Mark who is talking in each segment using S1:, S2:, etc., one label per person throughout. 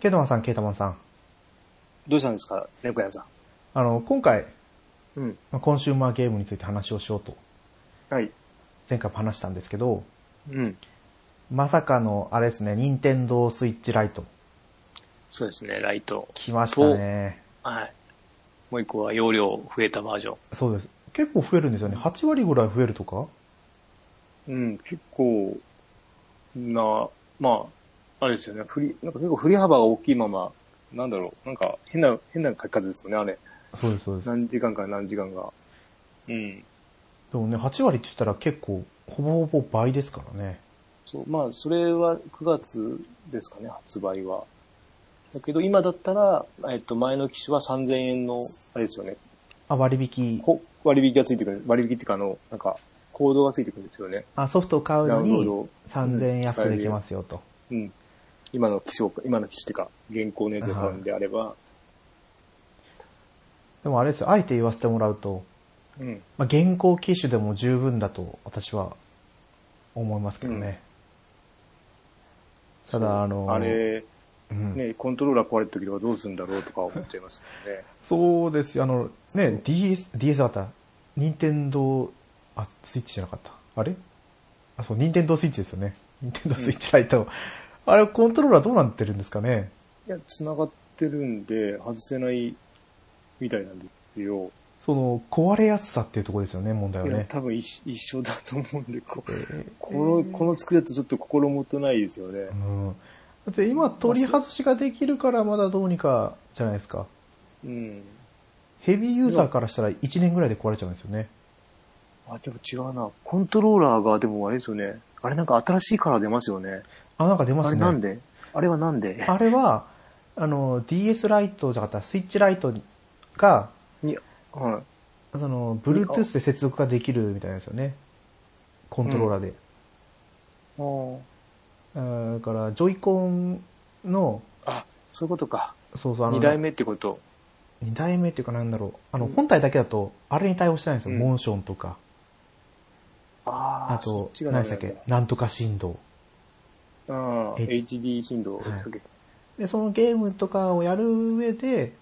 S1: ケイトマンさん、ケイトマンさん。
S2: どうしたんですか、猫屋さん。
S1: あの、今回、
S2: うん。
S1: まあコンシューマーゲームについて話をしようと、
S2: はい。
S1: 前回も話したんですけど、
S2: うん。
S1: まさかの、あれですね、ニンテンドースイッチライト。
S2: そうですね、ライト。
S1: 来ましたね。
S2: はい。もう一個は容量増えたバージョン。
S1: そうです。結構増えるんですよね。8割ぐらい増えるとか
S2: うん、結構、な、まあ、あれですよね、振り、なんか結構振り幅が大きいまま、なんだろう、なんか変な、変な書き方ですよね、あれ。
S1: そうです、そうです。
S2: 何時間から何時間が。うん。
S1: でもね、8割って言ったら結構、ほぼほぼ倍ですからね。
S2: そう、まあ、それは9月ですかね、発売は。だけど、今だったら、えっと、前の機種は3000円の、あれですよね、
S1: あ、割引。
S2: こ割引がついてくる、割引っていうか、あの、なんか、コードがついてくるんですよね。
S1: あ、ソフトを買うの
S2: ダウン
S1: に
S2: ロード
S1: 3000円安くできますよと。
S2: うん。今の機種を、今の機種っていうか、現行のやつを買うんであれば、
S1: でもあれですよ、あえて言わせてもらうと、
S2: うん。
S1: まあ、現行機種でも十分だと私は思いますけどね。ただ、あの、
S2: あれ、
S1: うん
S2: ね、コントローラー壊れた時とかどうするんだろうとか思っちゃいますよ ね。
S1: そうですよ、あの、
S2: そ
S1: ね
S2: う、
S1: DS、DS だった。任天堂、あ、スイッチじゃなかった。あれあ、そう、任天堂スイッチですよね。任天堂スイッチライト。あれ、コントローラーどうなってるんですかね
S2: いや、繋がってるんで、外せないみたいなんですよ。
S1: その、壊れやすさっていうところですよね、問題はい
S2: や、
S1: ね。
S2: 多分一緒一緒だと思うんで、こ
S1: え
S2: この、この作りだとちょっと心もとないですよね
S1: う。ん。だって今、取り外しができるからまだどうにかじゃないですか。
S2: うん。
S1: ヘビーユーザーからしたら1年ぐらいで壊れちゃうんですよね。
S2: あ、でも違うな。コントローラーが、でもあれですよね。あれなんか新しいカラー出ますよね。
S1: あ、なんか出ま
S2: あ
S1: す
S2: れ
S1: ね。
S2: なんであれはなんで
S1: あれは、あの、DS ライトじゃなかった、スイッチライトが、
S2: に、はい。
S1: その、Bluetooth で接続ができるみたいなんですよね。コントローラーで。あーだから、ジョイコンの、
S2: あ、そういうことか。
S1: そうそう、あの、
S2: 二代目ってこと。
S1: 二代目っていうかなんだろう。あの、本体だけだと、あれに対応してないんですよ。
S2: うん
S1: モーションとか、
S2: あー
S1: あと、
S2: そっちが
S1: 何でしたっけ、なんとか振動。
S2: うん。
S1: H-
S2: HD 振動。
S1: はいで、そのゲームとかをやる上で、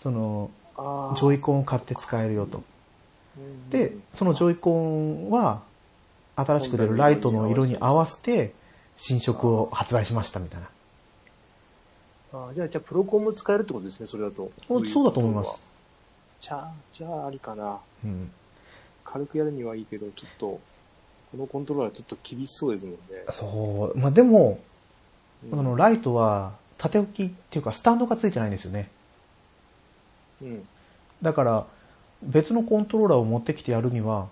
S1: その、
S2: あ
S1: ジョイコンを買って使えるよと。
S2: ン
S1: で、そのジョイコンは、新しく出るライトの色に合わせて、新色を発売しましたみたいな。
S2: あーじゃあ、じゃあ、プロコンも使えるってことですね、それだと。
S1: おそうだと思います。
S2: じゃあ、じゃあ、ありかな。
S1: うん。
S2: 軽くやるにはいいけど、ちょっと、このコントローラーちょっと厳しそうですもんね。
S1: そう。まあ、でも、
S2: うん
S1: このライトは、縦置きっていうか、スタンドがついてないんですよね。
S2: うん。
S1: だから、別のコントローラーを持ってきてやるには、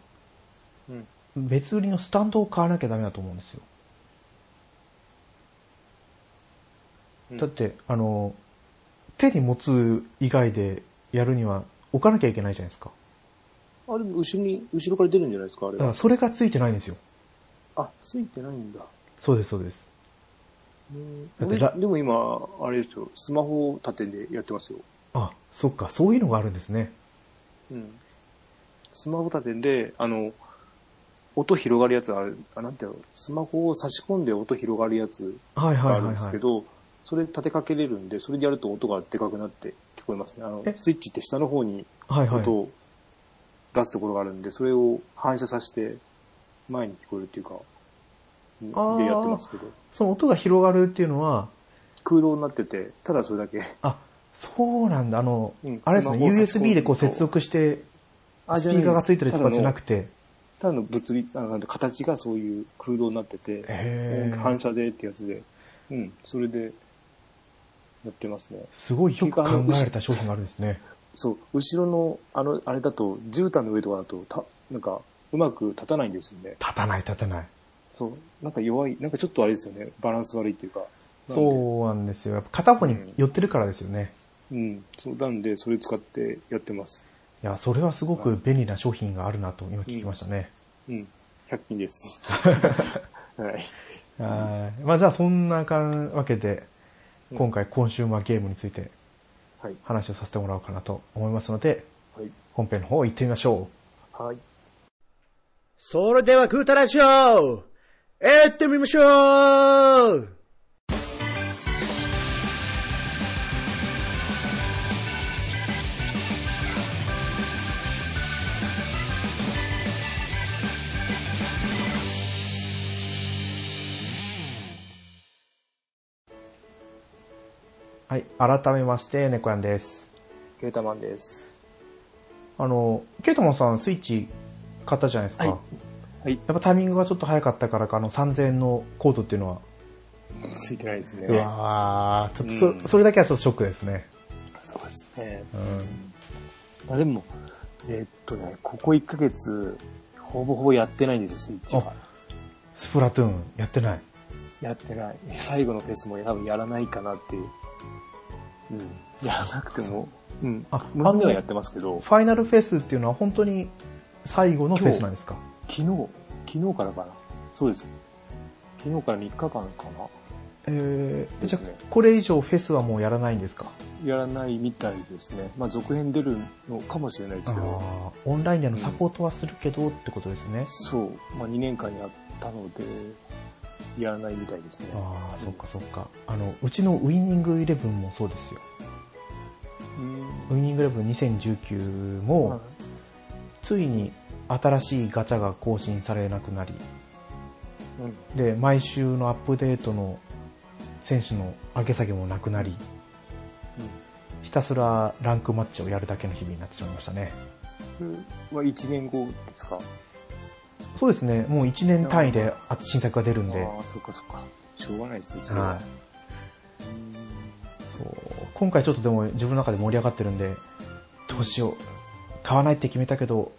S2: うん。
S1: 別売りのスタンドを買わなきゃダメだと思うんですよ。だって、あの、手に持つ以外でやるには、置かなきゃいけないじゃないですか。
S2: あ、でも後ろに、後ろから出るんじゃないですか、あれ
S1: だか
S2: は
S1: ら、。それがついてないんですよ。
S2: あ、ついてないんだ。
S1: そうです、そうです。
S2: うん
S1: だって
S2: 俺
S1: ラ
S2: でも今、あれですよ、スマホを縦でやってますよ。
S1: あ、そっか、そういうのがあるんですね。
S2: うん。スマホ立てで、あの、音広がるやつある、あ、なんていうの、スマホを差し込んで音広がるやつ
S1: はい
S2: が
S1: は
S2: あ
S1: い
S2: る
S1: はい、
S2: んです
S1: は
S2: け
S1: い。
S2: ど、それ立てかけれるんで、それでやると音がでかくなって聞こえますね。あの
S1: え、
S2: スイッチって下の方に
S1: はいはい
S2: 音。を出すところがあるんで、それを反射させて前に聞こえるっていうか、
S1: あー
S2: でやってますけど、
S1: その音が広がるっていうのは、
S2: 空洞になってて、ただそれだけ。
S1: あ、そうなんだ、あの、
S2: うん
S1: あれですね、
S2: スマホを差し込む
S1: USB でこう接続して、
S2: あ
S1: スピーカーがついてるとかじゃなく
S2: て。
S1: て、
S2: ただの物理、あなんて形がそういう空洞になってて、
S1: へー
S2: 反射でってやつで、うん、それでやってますね。
S1: すごいよく考えられた商品があるんですね。
S2: そう、後ろの、あの、あれだと、絨毯の上とかだと、た、なんか、うまく立たないんですよね。
S1: 立たない立たない。
S2: そう、なんか弱い、なんかちょっとあれですよね、バランス悪いっていうか。なん
S1: そ
S2: で
S1: うなんですよ。やっぱ片方に寄ってるからですよね。
S2: うん、そう、なんで、それ使ってやってます。
S1: いや、それはすごく便利な商品があるなと今聞きましたね。
S2: うん、100均 です。はい。
S1: はい。まあじゃあそんなかんわけで、
S2: うん
S1: 今回コンシューマーゲームについて
S2: はい。
S1: 話をさせてもらおうかなと思いますので、
S2: はい。
S1: 本編の方行ってみましょ
S2: はい。
S3: それではグータラジオ行ってみましょう
S1: はい、改めまして、猫やんです。
S2: ケータマンです。
S1: あの、ケイタモンさん、スイッチ買ったじゃないですか。
S2: はいはい
S1: やっぱタイミングがちょっと早かったからか、あの、3000円のコードっていうのは、
S2: ついてないですね。
S1: うわーちょっと
S2: うん
S1: そ、それだけはちょっとショックですね。
S2: そうですね。
S1: うん。
S2: あでも、えーっとね、ここ1ヶ月、ほぼほぼやってないんですよ、スイッチは
S1: あ。スプラトゥーン、やってない。
S2: やってない。最後のフェスも多分やらないかなっていう。うん。やらなくても、うん。
S1: あ
S2: 娘はやってますけど、
S1: ファイナルフェスっていうのは本当に最後のフェスなんですか
S2: 昨日、昨日からかな。そうです。昨日から3日間か
S1: えー、
S2: で
S1: じ
S2: す
S1: ゃ
S2: ね
S1: あこれ以上フェスはもうやらないんですか
S2: な。やらないみたいですね。まあ、続編出るのかもしれないですけど、
S1: あーオンラインでのサポートはするけどってことですね。
S2: そう。まあ、2年間やったので、やらないみたいですね。
S1: ああ、そっかそっか。あの、うちのウイニングイレブンもそうですよ。
S2: うん。
S1: ウイニングイレブン2019も、ついに新しいガチャが更新されなくなり、
S2: うん。
S1: で、毎週のアップデートの選手の上げ下げもなくなり、ひたすらランクマッチをやるだけの日々になってしまいましたね。
S2: うん。それは1年後ですか
S1: そうですね、もう1年単位であ新作が出るんで、
S2: ああ、そっかそっか。しょうがないですね、それは。
S1: はい。そう今回ちょっとでも自分の中で盛り上がってるんで、どうしよう。買わないって決めたけど、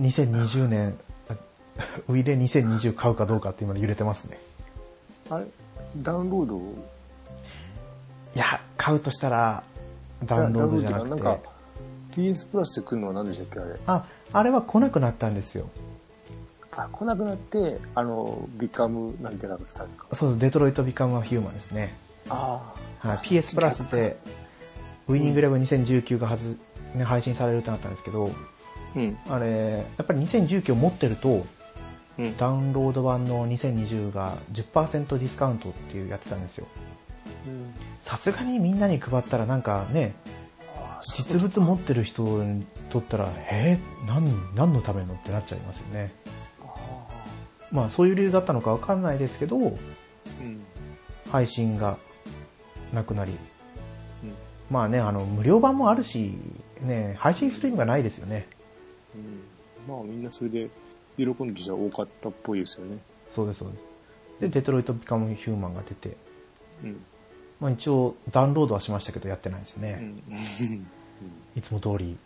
S1: 2020年、 あウィレ2020買うかどうかって今揺れてますね。
S2: あれダウンロード
S1: いや、買うとしたら、ダウンロードじゃな
S2: ダウ
S1: く
S2: ンロードって
S1: て
S2: かなん。か、PS プラスで来るのは何でしたっけ、あれ。
S1: あ、あれは来なくなったんですよ。
S2: あ、来なくなって、あの、ビカムなんてなくてたんですか
S1: そう、デトロイト・ビカム・ア・ヒューマンですね。
S2: あ
S1: はい、PS プラスで、ウィニングレブン2019がはず、ね、配信されるってなったんですけど、
S2: あ。うん。
S1: あれ、やっぱり2019を持ってると、
S2: うん。
S1: ダウンロード版の2020が10%ディスカウントっていうやってたんですよ。さすがにみんなに配ったらなんかね、
S2: ああ、そ
S1: 実
S2: う
S1: 物持ってる人にとったら、えー、何、何のためのってなっちゃいますよね。
S2: あ
S1: まあそういう理由だったのかわかんないですけど、
S2: ーうん。
S1: 配信がなくなり、
S2: うん
S1: まあね、あの、無料版もあるし、ね、配信する意味がないですよね。
S2: うん。まあ、みんなそれで、喜んでじゃ多かったっぽいですよね。
S1: そうです、そうです。で、デトロイト・ビカム・ヒューマンが出て、
S2: うん。
S1: まあ一応ダウンロードはしましたけどやってないですね。
S2: うん。うん。
S1: いつも通り。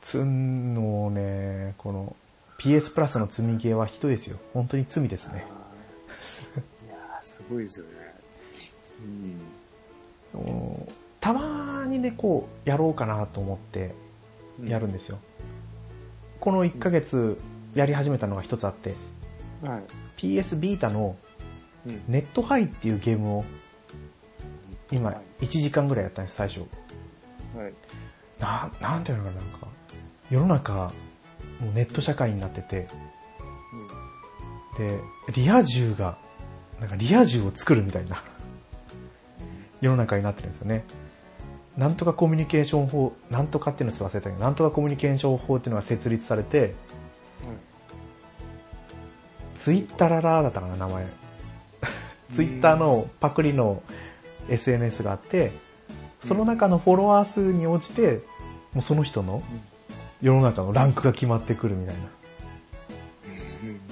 S1: つんのね、この PS プラスの積みゲーはひどいですよ。本当に罪ですね。
S2: いやーすごいですよね。うん。
S1: もうたまにね、こう、やろうかなと思ってやるんですよ。この1ヶ月やり始めたのが一つあって、
S2: はい。
S1: PS ビータの
S2: うん。
S1: ネットハイっていうゲームを
S2: は
S1: 今1時間ぐらいやったんです、最初。
S2: い。はい。
S1: な、なんていうのかな、なんか、世の中、もうネット社会になってて、
S2: うん
S1: で、リア充が、なんかリア充を作るみたいな 世の中になってるんですよね。なんとかコミュニケーション法、なんとかっていうのちょっと忘れたけど、なんとかコミュニケーション法っていうのが設立されて、ツイッタララーだったかな、名前。ツイッターのパクリの SNS があって、その中のフォロワー数に応じて、もうその人の世の中のランクが決まってくるみたいな。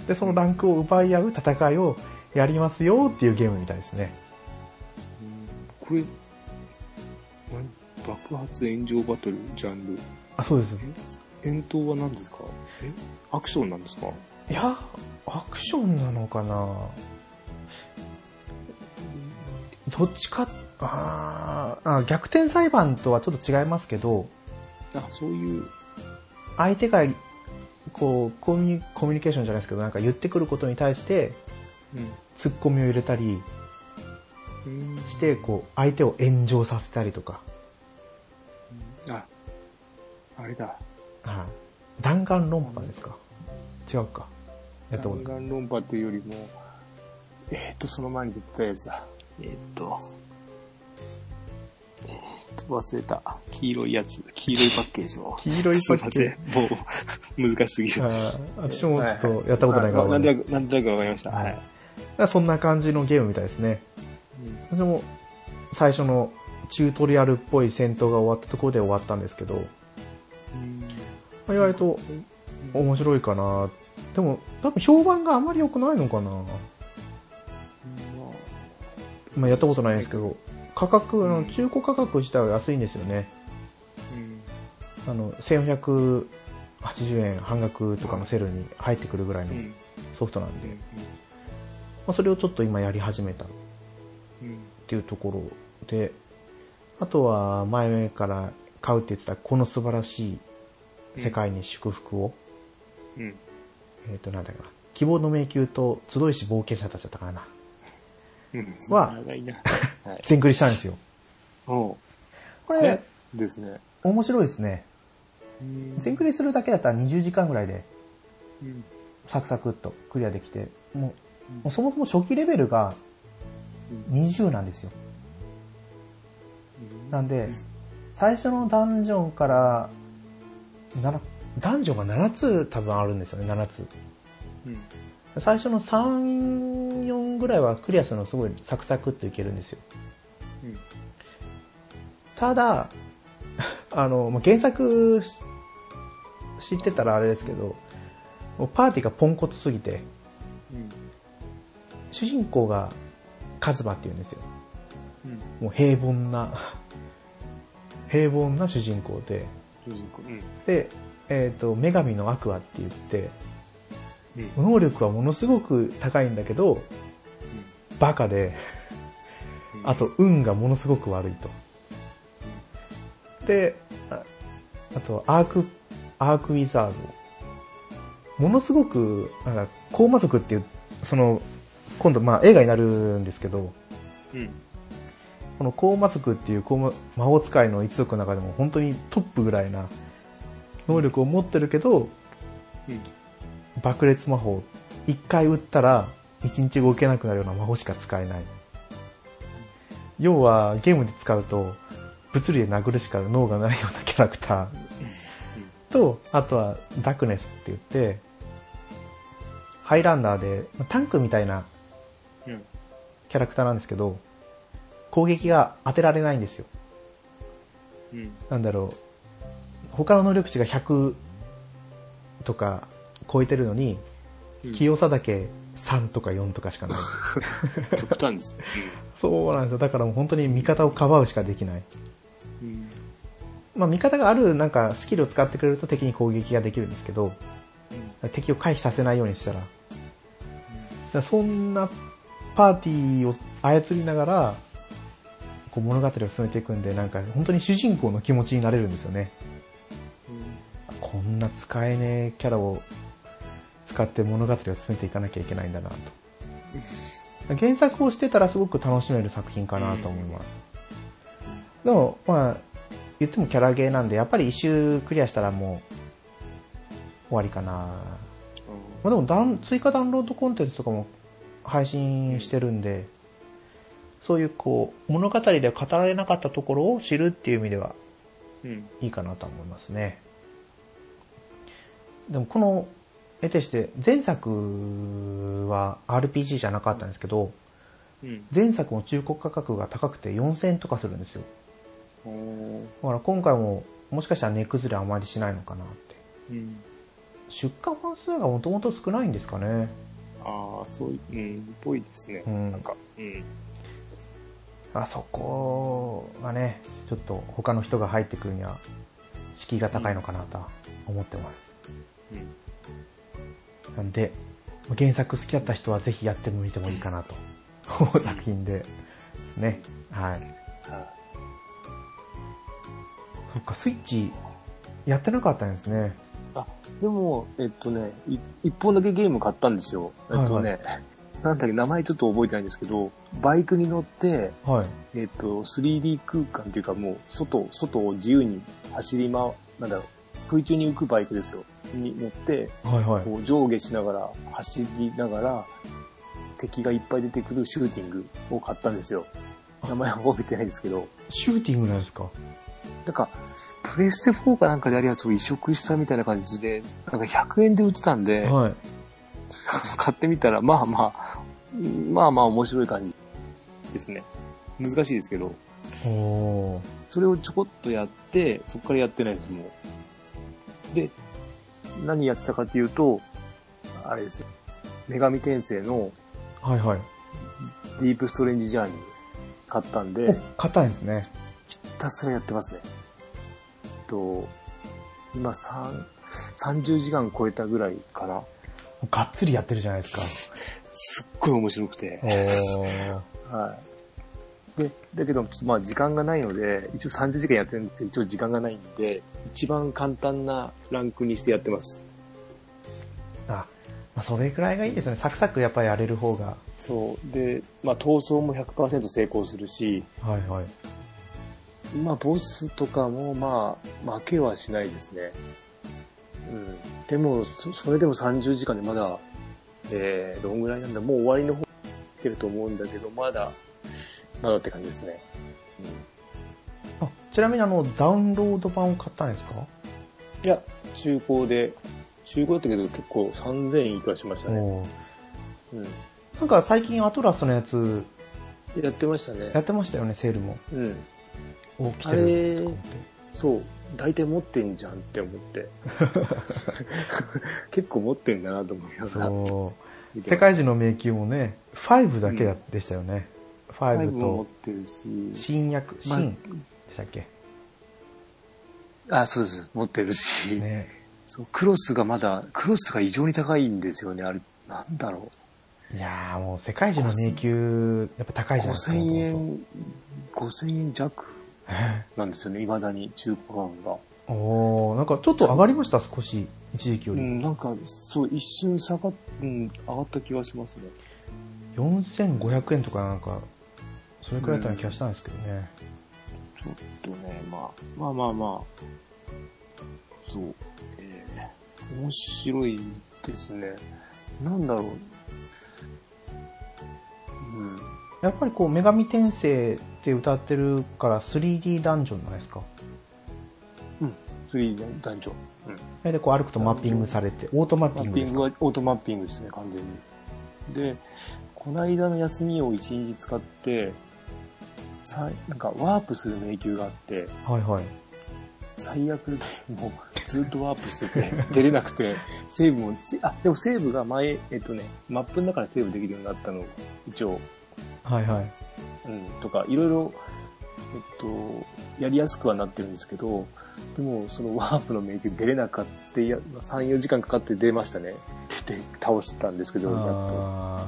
S1: で、そのランクを奪い合う戦いをやりますよっていうゲームみたいですね。
S2: これ、爆発炎上バトル、ジャンル。
S1: あ、そうです。
S2: 遠投は何ですかえアクションなんですか
S1: いや、アクションなのかなどっちか、あーあ、逆転裁判とはちょっと違いますけど、
S2: あ、そういう。
S1: 相手が、こう、コミュニコミュニケーションじゃないですけど、なんか言ってくることに対して、ツッコミを入れたり
S2: うん。
S1: して、こう、相手を炎上させたりとか、
S2: あ、あれだ。
S1: はい。弾丸論破ですか違うか。やったこと
S2: 弾丸論破というよりも、えーっと、その前に出てたやつだ。えーっと、えーっと、忘れた。黄色いやつ。黄色いパッケージを。
S1: 黄色い
S2: すいません。もう、難しすぎる。
S1: あー私もちょっとやったことないから
S2: は。なんとなく、なんとなくわかりました。
S1: は
S2: はいい。
S1: そんな感じのゲームみたいですね。私も最初のチュートリアルっぽい戦闘が終わったところで終わったんですけど、まあ、意外と面白いかなでも多分評判があまり良くないのかな、まあ、やったことないですけど価格あの中古価格自体は安いんですよねあの1480円半額とかのセルに入ってくるぐらいのソフトなんで、まあ、それをちょっと今やり始めたっていうところで、あとは前から買うって言ってたこの素晴らしい世界に祝福を、えっ、と、なんだかな、希望の迷宮と集いし冒険者たちだったからな、は
S2: 長いな。はい。
S1: 全クリしたんですよ。
S2: おう
S1: こ
S2: え
S1: れ、
S2: ですね。
S1: 面白いですね。全クリするだけだったら20時間ぐらいで
S2: うん
S1: サクサクっとクリアできて、もう、もうそもそも初期レベルが20なんですよ。なんで、最初のダンジョンから、ななダンジョンが7つ多分あるんですよね、7つ。
S2: うん
S1: 最初の3、4ぐらいはクリアするのすごいサクサクっといけるんですよ。
S2: うん
S1: ただ、 あの、まあ原作し知ってたらあれですけど、もうパーティーがポンコツすぎて、
S2: うん
S1: 主人公がカズマって言うんですよ。
S2: うん
S1: もう平凡な、 平凡な主人公で、
S2: 主人公うん
S1: で、えっ、と、女神のアクアって言って、
S2: うん
S1: 能力はものすごく高いんだけど、バカで、
S2: うん
S1: あと運がものすごく悪いと。で、ああとアーク、アークウィザード。ものすごく、なんか、コーマ族っていう、その、今度、まあ映画になるんですけど、
S2: うん
S1: このコーマ族っていうコーマ魔法使いの一族の中でも本当にトップぐらいな能力を持ってるけど、
S2: うん
S1: 爆裂魔法。一回打ったら、一日動けなくなるような魔法しか使えない。要は、ゲームで使うと、物理で殴るしか脳がないようなキャラクター。と、あとは、ダクネスって言って、ハイランダーで、タンクみたいな
S2: うん
S1: キャラクターなんですけど、攻撃が当てられないんですよ。
S2: うん
S1: なんだろう。他の能力値が100とか超えてるのに、
S2: うん
S1: 器用さだけ3とか4とかしかない。
S2: 極端ですね。
S1: そうなんですよ。だからもう本当に味方をかばうしかできない。
S2: うん
S1: まあ味方があるなんかスキルを使ってくれると敵に攻撃ができるんですけど、敵を回避させないようにしたら。だからそんなパーティーを操りながら、こう物語を進めていくんで、なんか本当に主人公の気持ちになれるんですよね。こんな使えねえキャラを使って物語を進めていかなきゃいけないんだなと。原作をしてたらすごく楽しめる作品かなと思います。でも、まあ、言ってもキャラゲーなんで、やっぱり一周クリアしたらもう終わりかな。まあでもダウン、追加ダウンロードコンテンツとかも配信してるんで、そういうこう、物語では語られなかったところを知るっていう意味では
S2: うん
S1: いいかなと思いますね。でもこの、得てして、前作は RPG じゃなかったんですけど、
S2: うん
S1: 前作も中古価格が高くて4000円とかするんですよ。
S2: おー
S1: だから今回も、もしかしたら値崩れあまりしないのかなって。
S2: うん
S1: 出荷本数がもともと少ないんですかね。
S2: ああ、そういうん、ぽいですね
S1: う。
S2: なん
S1: ん。
S2: か、うん。
S1: あそこがね、ちょっと他の人が入ってくるには、敷居が高いのかなとは思ってます。
S2: うん
S1: なんで、原作好きだった人はぜひやってみてもいいかなと、 思う作品で、ですね。はい。
S2: は
S1: そっか、スイッチ、やってなかったんですね。
S2: いでも、えっとね、い一本だけゲーム買ったんですよ。えっとね、なんだっけ、名前ちょっと覚えてないんですけど、バイクに乗って、
S1: はい。
S2: えっと、3D 空間っていうかもう、外、外を自由に走りま、なんだろう、空中に浮くバイクですよ。に乗って、
S1: はいはい。
S2: こう上下しながら、走りながら、敵がいっぱい出てくるシューティングを買ったんですよ。名前は覚えてないですけど。
S1: シューティングなんですか
S2: なんか、プレステ4かなんかであるやつを移植したみたいな感じで、なんか100円で売ってたんで、
S1: はい。
S2: 買ってみたら、まあまあ、まあまあ面白い感じですね。難しいですけど、
S1: おー
S2: それをちょこっとやって、そこからやってないです、もう。で、何やってたかっていうと、あれですよ。女神転生の
S1: はいはい。
S2: ディープストレンジジャーニー買ったん
S1: お
S2: で、、
S1: 硬いですね。
S2: ひたすらやってますね。えっと、今三30時間超えたぐらいかな。
S1: がっつりやってるじゃないですか。
S2: すっごい面白くて
S1: お。ー
S2: はい。で、だけど、ちょっとまあ時間がないので、一応30時間やってるんで、一応時間がないんで、一番簡単なランクにしてやってます。
S1: あ、まあ、それくらいがいいですね。サクサクやっぱりやれる方が。
S2: そう。で、まあ闘争も100%成功するし、
S1: はいはい。
S2: まあボスとかもまあ負けはしないですね。うん。でも、そそれでも30時間でまだ、えー、どんぐらいなんだ、もう終わりの方来てると思うんだけど、まだ、まだって感じですね。うん。
S1: あ、ちなみにあの、ダウンロード版を買ったんですか
S2: いや、中古で、中古だったけど結構3000円いくらしましたね。
S1: おー
S2: うん。
S1: なんか最近アトラスのやつ
S2: やってました
S1: や
S2: ね。
S1: ってましたよね、セールも。
S2: うん。
S1: お、来
S2: あ
S1: てる。
S2: れ、そう、大体持ってんじゃんって思 って。 結構持ってんだなと思いながら
S1: そう。
S2: 見
S1: 世
S2: てました。
S1: 界中の迷宮もね、5だけだでしたよね。
S2: 5も持っ
S1: 5と、
S2: てるし、
S1: 新薬、
S2: まあ
S1: 新でしたっけ
S2: あ、そうです。持ってるし、
S1: ね。
S2: そう、クロスがまだ、クロスが異常に高いんですよね。あれ、なんだろ
S1: いやーもう世界中の迷宮、やっぱ高
S2: う。
S1: いじゃないですか。
S2: 5000
S1: 元
S2: 円、5000円弱
S1: 々。
S2: なんですよね。未だに中古版が。
S1: おー、なんかちょっと上がりました、少し。一時期よ
S2: う
S1: り。
S2: ん、なんか、そう、一瞬下がっ、うん、上がった気がしますね。
S1: 4500円とかなんか、それくらいだったような気がしたんですけどね。
S2: ちょっとね、まあ、まあまあまあ、そう、えー、面白いですね。なんだろう。うん、
S1: やっぱりこう、女神転生って歌ってるから 3D ダンジョンじゃないですか。
S2: 次、団長。うん。
S1: それでこう歩くとマッピングされて、オートマッ
S2: マ
S1: ピング
S2: ッピ
S1: で
S2: ン
S1: す
S2: グ
S1: か。
S2: は、オートマッピングですね、完全に。で、この間の休みを一日使って、さなんか、ワープする迷宮があって、
S1: はいはい。
S2: 最悪で、もう、ずっとワープしてて、 出れなくて、セーブも、せあ、でもセーブが前、えっとね、マップの中でセーブできるようになったの、一応、
S1: はいはい。
S2: うん、とか、いろいろ、えっと、やりやすくはなってるんですけど、でも、そのワープの迷宮出れなかった、いや3、4時間かかって出ましたね。で、倒したんですけど、やっと
S1: あ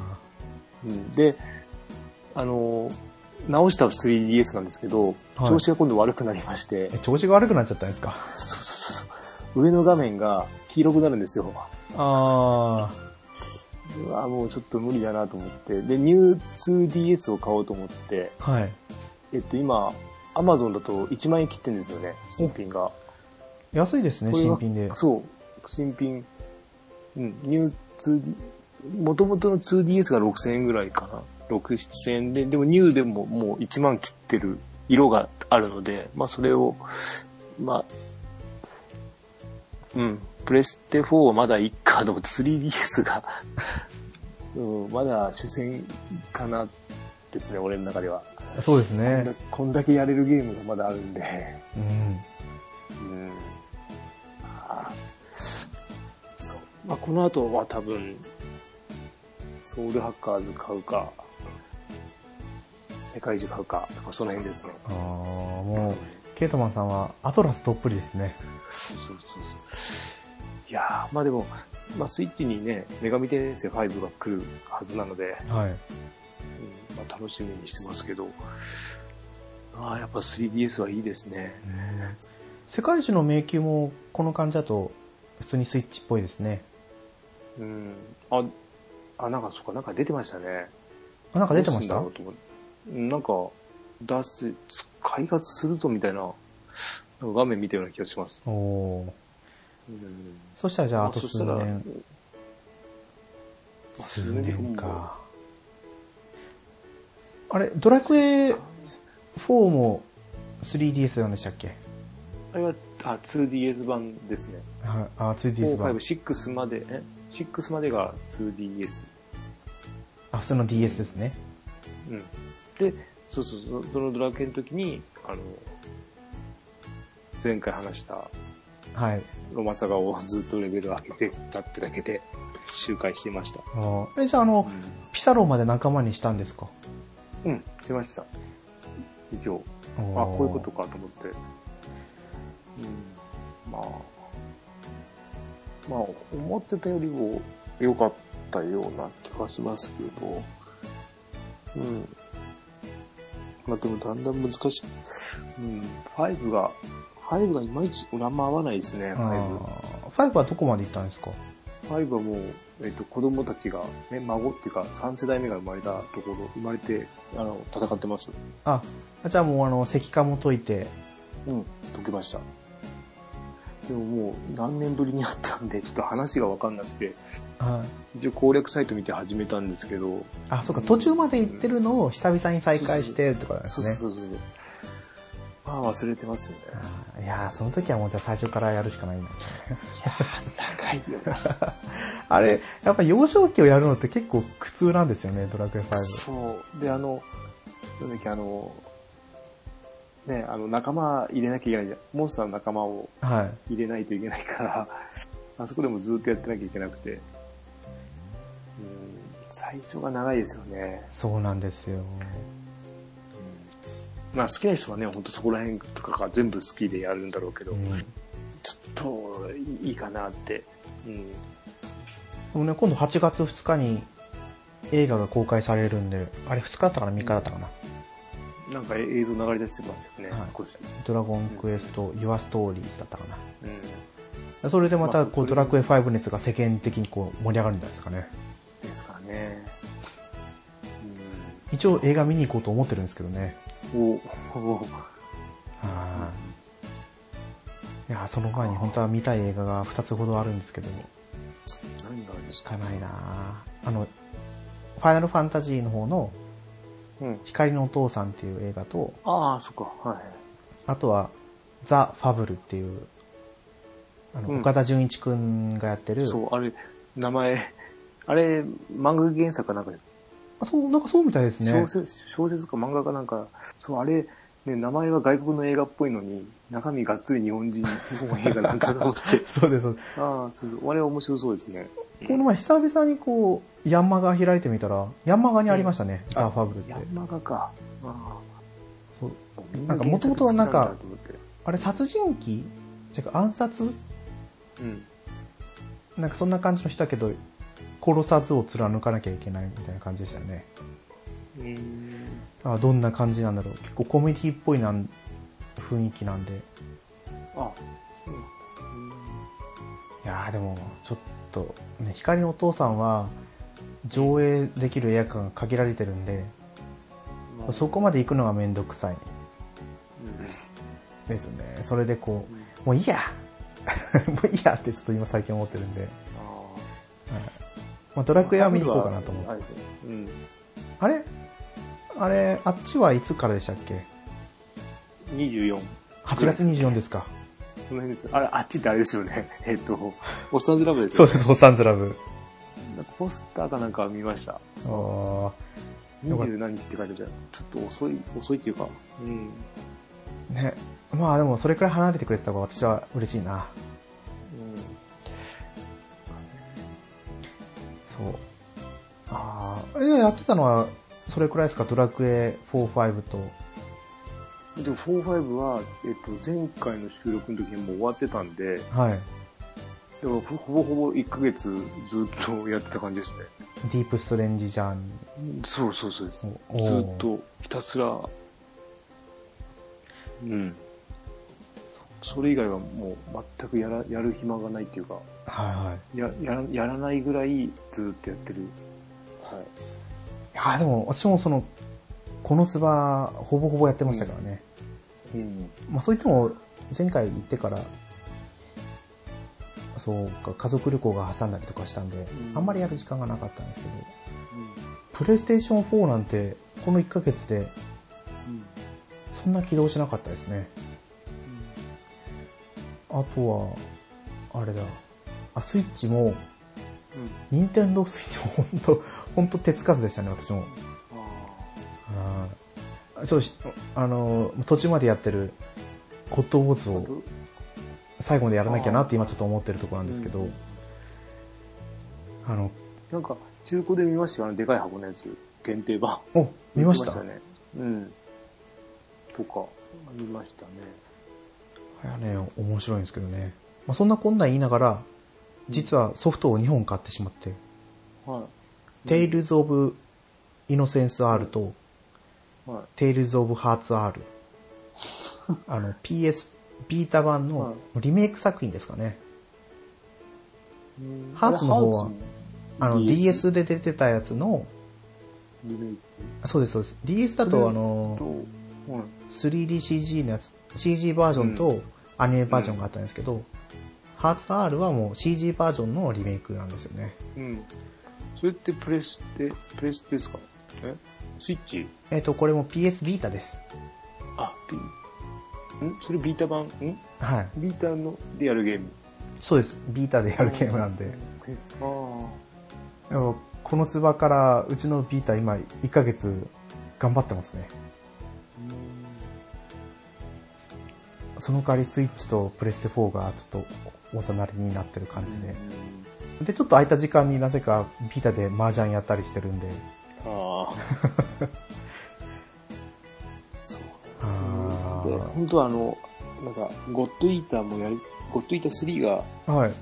S2: うん、で、あの、直した 3DS なんですけど、
S1: はい
S2: 調子が今度悪くなりまして、
S1: ーえ調子が悪くなっちゃったんですか。
S2: そうそうそうそう。上の画面が黄色くなるんですよ。
S1: あ
S2: うわもうちょっと無理だなと思って。で、New 2DS を買おうと思って、
S1: ー、はい。
S2: えっと今、Amazon だと1万円切ってるんですよね、新品が。
S1: 安いですね、
S2: これ
S1: 新
S2: は
S1: 品で。
S2: そう、新品。うん、New 2D、元々の 2DS が6000円ぐらいかな。6、7000円で、でも New でももう1万切ってる色があるので、まあそれを、まあ、うん、プレステ4はまだいっかと思って 3DS が、 うん、まだ主戦かなですね、俺の中では。
S1: そうです
S2: こんだ
S1: ね。
S2: こんだけやれるゲームがまだあるんで。
S1: うん。
S2: うんあーそう。まあ、この後は多分、ソウルハッカーズ買うか、世界中買うか、とかその辺ですね。
S1: あーもう、ケイトマンさんはアトラスどっぷりですね。
S2: そうそうそうそう。いやー、まあでも、まあスイッチにね、女神転生5が来るはずなので、
S1: はい。
S2: うんまあ、楽しみにしてますけど、ああ、やっぱ 3DS はいいですね。
S1: 世界中の迷宮もこの感じだと普通にスイッチっぽいですね。
S2: うん。あ、あ、なんかそっか、なんか出てましたね。
S1: あなんか出てました
S2: どうすんだろうと思ってなんか、出す、開発するぞみたいな、なんか画面見たような気がします。
S1: おおー。
S2: うん。
S1: そしたらじゃあ
S2: ま
S1: あと
S2: そ
S1: 数
S2: したら
S1: 年。
S2: まあ
S1: 数年か。あれ、ドラクエ4も 3DS なんでしたっけ
S2: あれは、あ、2DS 版ですね。
S1: はい。あ、2DS
S2: 4、
S1: 版。
S2: 5、6まで、え ?6 までが 2DS。
S1: あ、普通の DS ですね。
S2: うん。で、そうそうそう、そのドラケンの時に、あの、前回話した
S1: はい。
S2: ロマサガをずっとレベル上げてたってだけで、周回してました。
S1: あーえ、じゃあ、あの、ピサロまで仲間にしたんですか
S2: うん、うん、しました。一応。
S1: あ
S2: あ、こういうことかと思って。うん、まあ、まあ、思ってたよりも良かったような気がしますけど、うん。まあでもだんだん難しい。うん、5が、5がいまいち、俺あんま合わないですね、
S1: あ
S2: 5。
S1: ーファイブはどこまで行ったんですか
S2: ファイブはもう、えっと、子供たちが、ね、孫っていうか、3世代目が生まれたところ、生まれて、あの、戦ってます。
S1: あ、じゃあもうあの、石化も解いて、
S2: うん、解けました。でももう、何年ぶりに会ったんで、ちょっと話がわかんなくて、
S1: はい。
S2: 一応攻略サイト見て始めたんですけど、
S1: あ、そうか、途中まで行ってるのを久々に再開してとかで
S2: そ
S1: す
S2: う
S1: ね。
S2: そうそうそう。まあ忘れてますよね。
S1: あーいやーその時はもうじゃあ最初からやるしかないんだ。
S2: 高いよな。
S1: あれ、やっぱ幼少期をやるのって結構苦痛なんですよね、ドラクエ5。
S2: そう。で、あの、なんだっけ、あの、ね、あの、仲間入れなきゃいけないじゃん。モンスターの仲間を
S1: はい。
S2: 入れないといけないから、あそこでもずっとやってなきゃいけなくて。うん、最初が長いですよね。
S1: そうなんですよ。
S2: まあ好きな人はね、ほんとそこら辺とかが全部好きでやるんだろうけど、
S1: うん。で
S2: ちょっといいかなって。うん。
S1: もね、今度8月2日に映画が公開されるんで、あれ2日だったかな、3日だったかな。
S2: なんか映像流れ出してますよね、
S1: はい
S2: こうして
S1: ドラゴンクエスト、ユアストーリーだったか
S2: うん。
S1: な。それでまた、こ、
S2: まあそうれ
S1: ドラクエ5熱が世間的にこう、盛り上がるんじゃないですかね。
S2: ですからね。
S1: 一応映画見に行こうと思ってるんですけどね。
S2: うん。お、お、
S1: はい。いやー、その前に本当は見たい映画が2つほどあるんですけども、
S2: 何があるんです
S1: 聞かないなーあの、ファイナルファンタジーの方の、
S2: うん。
S1: 光のお父さんっていう映画と、
S2: ああ、そっか、はい。
S1: あとは、ザ・ファブルっていう、あの、
S2: うん
S1: 岡田准一くんがやってる、
S2: そう、あれ、名前、あれ、漫画原作かなんかです
S1: あそう、なんかそうみたいですね。
S2: 小説小説か漫画かなんか、そう、あれ、ね、名前は外国の映画っぽいのに、中身がっつり日本人、日本映画なんだと思って。
S1: そうです、そうで
S2: ああ、そう、あれ面白そうですね。
S1: す。この前久々にこう、ヤンマガ開いてみたら、ヤンマガにありましたね、ザ・ファブルって
S2: ヤ。ンマガか。あ
S1: そう
S2: あ。
S1: なんか元々はなんか
S2: みな原作好きなんだと思っ
S1: あれ、殺人鬼じゃ暗殺
S2: てうん。
S1: なんかそんな感じの人だけど、殺さずを貫かなきゃいけないみたいな感じでしたよね。
S2: うん。
S1: あどんな感じなんだろう。結構コミュニティっぽいなん雰囲気なんで。
S2: あ、そう
S1: いやーでも、ちょっと、ね、光のお父さんは、上映できる映画館が限られてるんで、
S2: まあ
S1: そこまで行くのがめんどくさい
S2: うん
S1: ですよね。それでこう、もういいや もういいやってちょっと今最近思ってるんで、はい
S2: あ
S1: まあ、ドラ
S2: あ
S1: クエは見に行こうかなと思って。
S2: あれですねうん。
S1: あれあれ、あっちはいつからでしたっけ
S2: 24。
S1: 8月24ですか。
S2: この辺です。あれ、あっちってあれですよね。 えっ と、オッサンズラブです
S1: そう
S2: よね。
S1: です、ホッサンズラブ。
S2: なんかポスターかなんか見ました。
S1: あーよかった
S2: 20何日って書いてたよ。ちょっと遅い、遅いっていうか。うん。
S1: ね。まあでも、それくらい離れてくれてた方が私は嬉しいな。そう。ああ、え、やってたのは、それくらいですかドラクエ4、5と。
S2: うん。でも、4、5は、えっと、前回の収録の時にもう終わってたんで、
S1: はい。
S2: でもほほぼほぼ1ヶ月ずっとやってた感じですね。
S1: ディープストレンジジャーニ
S2: そうそうそうです。
S1: お
S2: ず
S1: お
S2: っとひたすら、うん。それ以外はもう全くやら、やる暇がないっていうか、
S1: ー。はいはい。
S2: や、やら、やらないぐらいずっとやってる。はい。
S1: いやーでも、私もその、このスバ、ほぼほぼやってましたからね。
S2: うん。
S1: まあそう言っても、前回行ってから、そうか、家族旅行が挟んだりとかしたんで、
S2: ん
S1: あんまりやる時間がなかったんですけど、プレイステーション4なんて、この1ヶ月で、
S2: うん。
S1: そんな起動しなかったですね。あとは、あれだ。あ、スイッチも、
S2: うん。
S1: 任天堂 スイッチも本当本当手つかずでしたね、私も。
S2: あ
S1: あそうしあの途中までやってる「ゴッドウォーズ」を最後までやらなきゃなって今ちょっと思ってるところなんですけど、
S2: うん
S1: あの
S2: なんか、中古で見ましたよ、あの、でかい箱のやつ。限定版。
S1: お見ました
S2: 見ね。うん。とか、見ましたね。
S1: あれはね面白いんですけどね、まあ、そんなこんなん言いながら実はソフトを2本買ってしまって
S2: はい。
S1: テイルズ・オブ・イノセンス R と、
S2: はい。
S1: テイルズ・オブ・ハーツ・ R。あの、PS ビータ版
S2: は
S1: のリメイク作品ですかね。ハーツの方はあの、DS で出てたやつの、
S2: リメイ
S1: あそうです、そうです。DS だ
S2: それ
S1: と、あ
S2: クと
S1: の、、
S2: はい
S1: 3DCG のやつ、CG バージョン
S2: う
S1: とアニメバージョンがあったんですけど、ハーツ R はもう CG バージョンのリメイクなんですよね。
S2: うん。それってプレステ、プレステですかえスイッチ
S1: えっと、これも PS ビータです。
S2: あ、ビんそれビータ版ん
S1: はい。
S2: ビータのでやるゲーム。
S1: そうです。ビータでやるゲームなんで。
S2: ああ。
S1: でもこのスバからうちのビータ今1ヶ月頑張ってますねその代わりスイッチとプレステ4がちょっとおさなりになってる感じで、でちょっと空いた時間になぜかビータで麻雀やったりしてるんで
S2: ああ。 そう。
S1: あ
S2: で、本当はあの、なんか、ゴッドイーターもやり、ゴッドイーター3が
S1: ーはい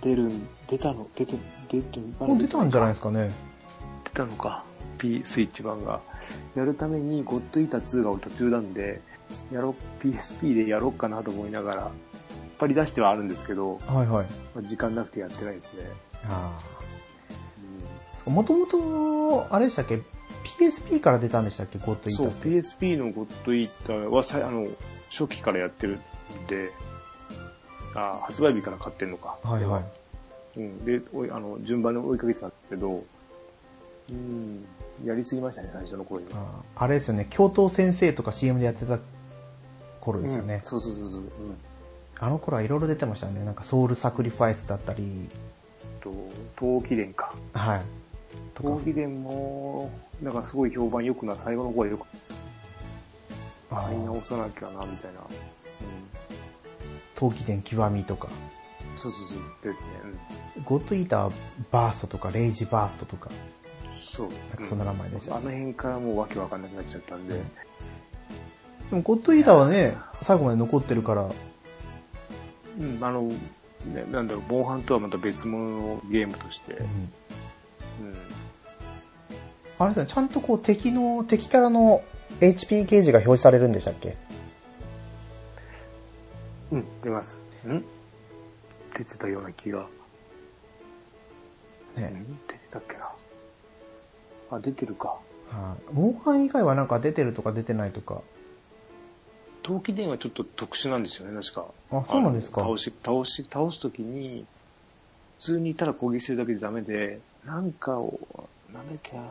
S2: 出るん、出たの出て、出て、あ
S1: もう出たんじゃない
S2: い
S1: ですかね
S2: 出たのか。P スイッチ版が。やるために、ゴッドイーター2が俺途中なんで、やろ、PSP でやろうかなと思いながら、引っ張り出してはあるんですけど、
S1: はいはい
S2: まあ時間なくてやってないですね。
S1: ああもともとあれでしたっけ PSP から出たんでしたっけゴッドイータ
S2: そう、
S1: ーって
S2: PSP のゴッドイーターはさい、あの、初期からやってるんで、あ発売日から買ってんのか。
S1: はいはい
S2: うん、で、おいあの、順番で追いかけてたんですけど、うん、やりすぎましたね、最初の頃に。
S1: あーあれですよね教頭先生とか CM でやってた頃ですよね、
S2: うんそうそうそうそう。うん。
S1: あの頃はいろいろ出てましたね。なんかソウルサクリファイスだったり、
S2: と、冬季伝か。
S1: はい。と
S2: 冬
S1: か、
S2: 季伝も、なんかすごい評判良くな、最後の方はよく
S1: あ
S2: 買い
S1: ー
S2: 直さなきゃな、みたいな。うん。
S1: 陶器伝極みとか、
S2: そうそうそう。ですね。
S1: ゴッドイーターバーストとか、レイジバーストとか、
S2: うん。そう。
S1: なんかそんな名前でし
S2: うん
S1: た。
S2: あの辺からもうわけわかんなくなっちゃったんで。
S1: でもゴッドイーターはね、最後まで残ってるから、
S2: うん、あの、ね、なんだろう、防犯とはまた別物のゲームとして。
S1: うん
S2: うん。
S1: あれですね、ちゃんとこう敵の、敵からの HP ゲージが表示されるんでしたっけ
S2: うん、出ます。ん出てたような気が。う
S1: ね。
S2: ん出てたっけな。あ、出てるか。
S1: はいモンハン以外はなんか出てるとか出てないとか、
S2: 陶器電はちょっと特殊なんですよね、確か。
S1: あそうなんですか
S2: あの倒し、倒し、倒すときに、普通にただ攻撃してるだけじゃダメで、なんかを、なんだっけな。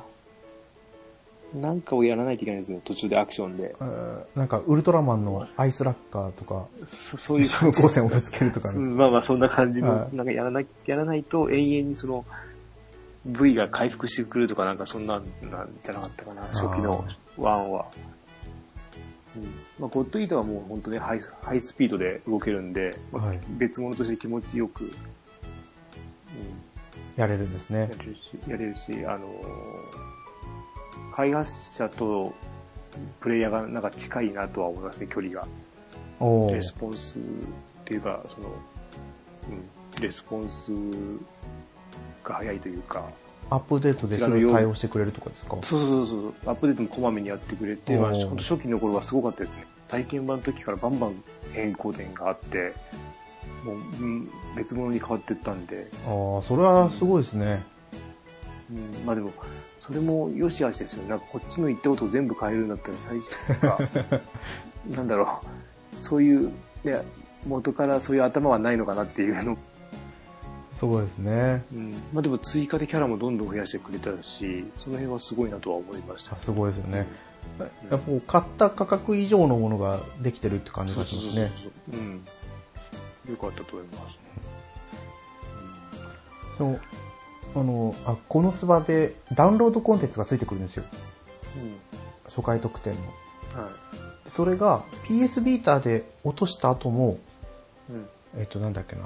S2: なんかをやらないといけないんですよ、途中でアクションで。
S1: えーなんかウルトラマンのアイスラッカーとか、
S2: そそういう
S1: 光線をぶつけるとか
S2: う
S1: ね、
S2: んまあまあそんな感じも
S1: は、い
S2: なんかやらない、やらないと永遠にその、部位が回復してくるとかなんかそんなんなんじゃなかったかな、初期のワンは。うんまあ、ゴッドイートはもう本当ね、ハイスハイスピードで動けるんで、まあ
S1: はい
S2: 別物として気持ちよく、うん、
S1: やれるんですね
S2: や。れるし、やれるし、あのー開発者とプレイヤーがなんか近いなとは思いますね、距離が。
S1: お
S2: レ
S1: ー
S2: スポンスっていうか、その、うん、レスポンスが早いというか、
S1: アップデートで
S2: 違
S1: す
S2: う
S1: ぐ
S2: よ
S1: 対応してくれるとかですか
S2: そうそうそうそう、アップデートもこまめにやってくれて、
S1: おー
S2: まあ、ほんと初期の頃はすごかったですね。体験版の時からバンバン変更点があって、もう、うん、別物に変わってったんで、
S1: ああ、それはすごいですね。
S2: うん、まあでも、それも良し悪しですよね。なんかこっちの言ったことを全部変えるんだったら最初か、 なんだろう、そういう、ね、元からそういう頭はないのかなっていうの
S1: そうですね。
S2: うん、まあでも追加でキャラもどんどん増やしてくれたし、その辺はすごいなとは思いました
S1: あ。すごいですよね。やっぱ
S2: ん
S1: こう買った価格以上のものができてるって感じがしますね。
S2: そう。うん。よかったと思います。
S1: でも、あの、あこのスバでダウンロードコンテンツがついてくるんですよ。
S2: うん。
S1: 初回特典の。
S2: は
S1: でそれが PS ビーターで落とした後も、
S2: い。うん。
S1: えっ、と、なんだっけな。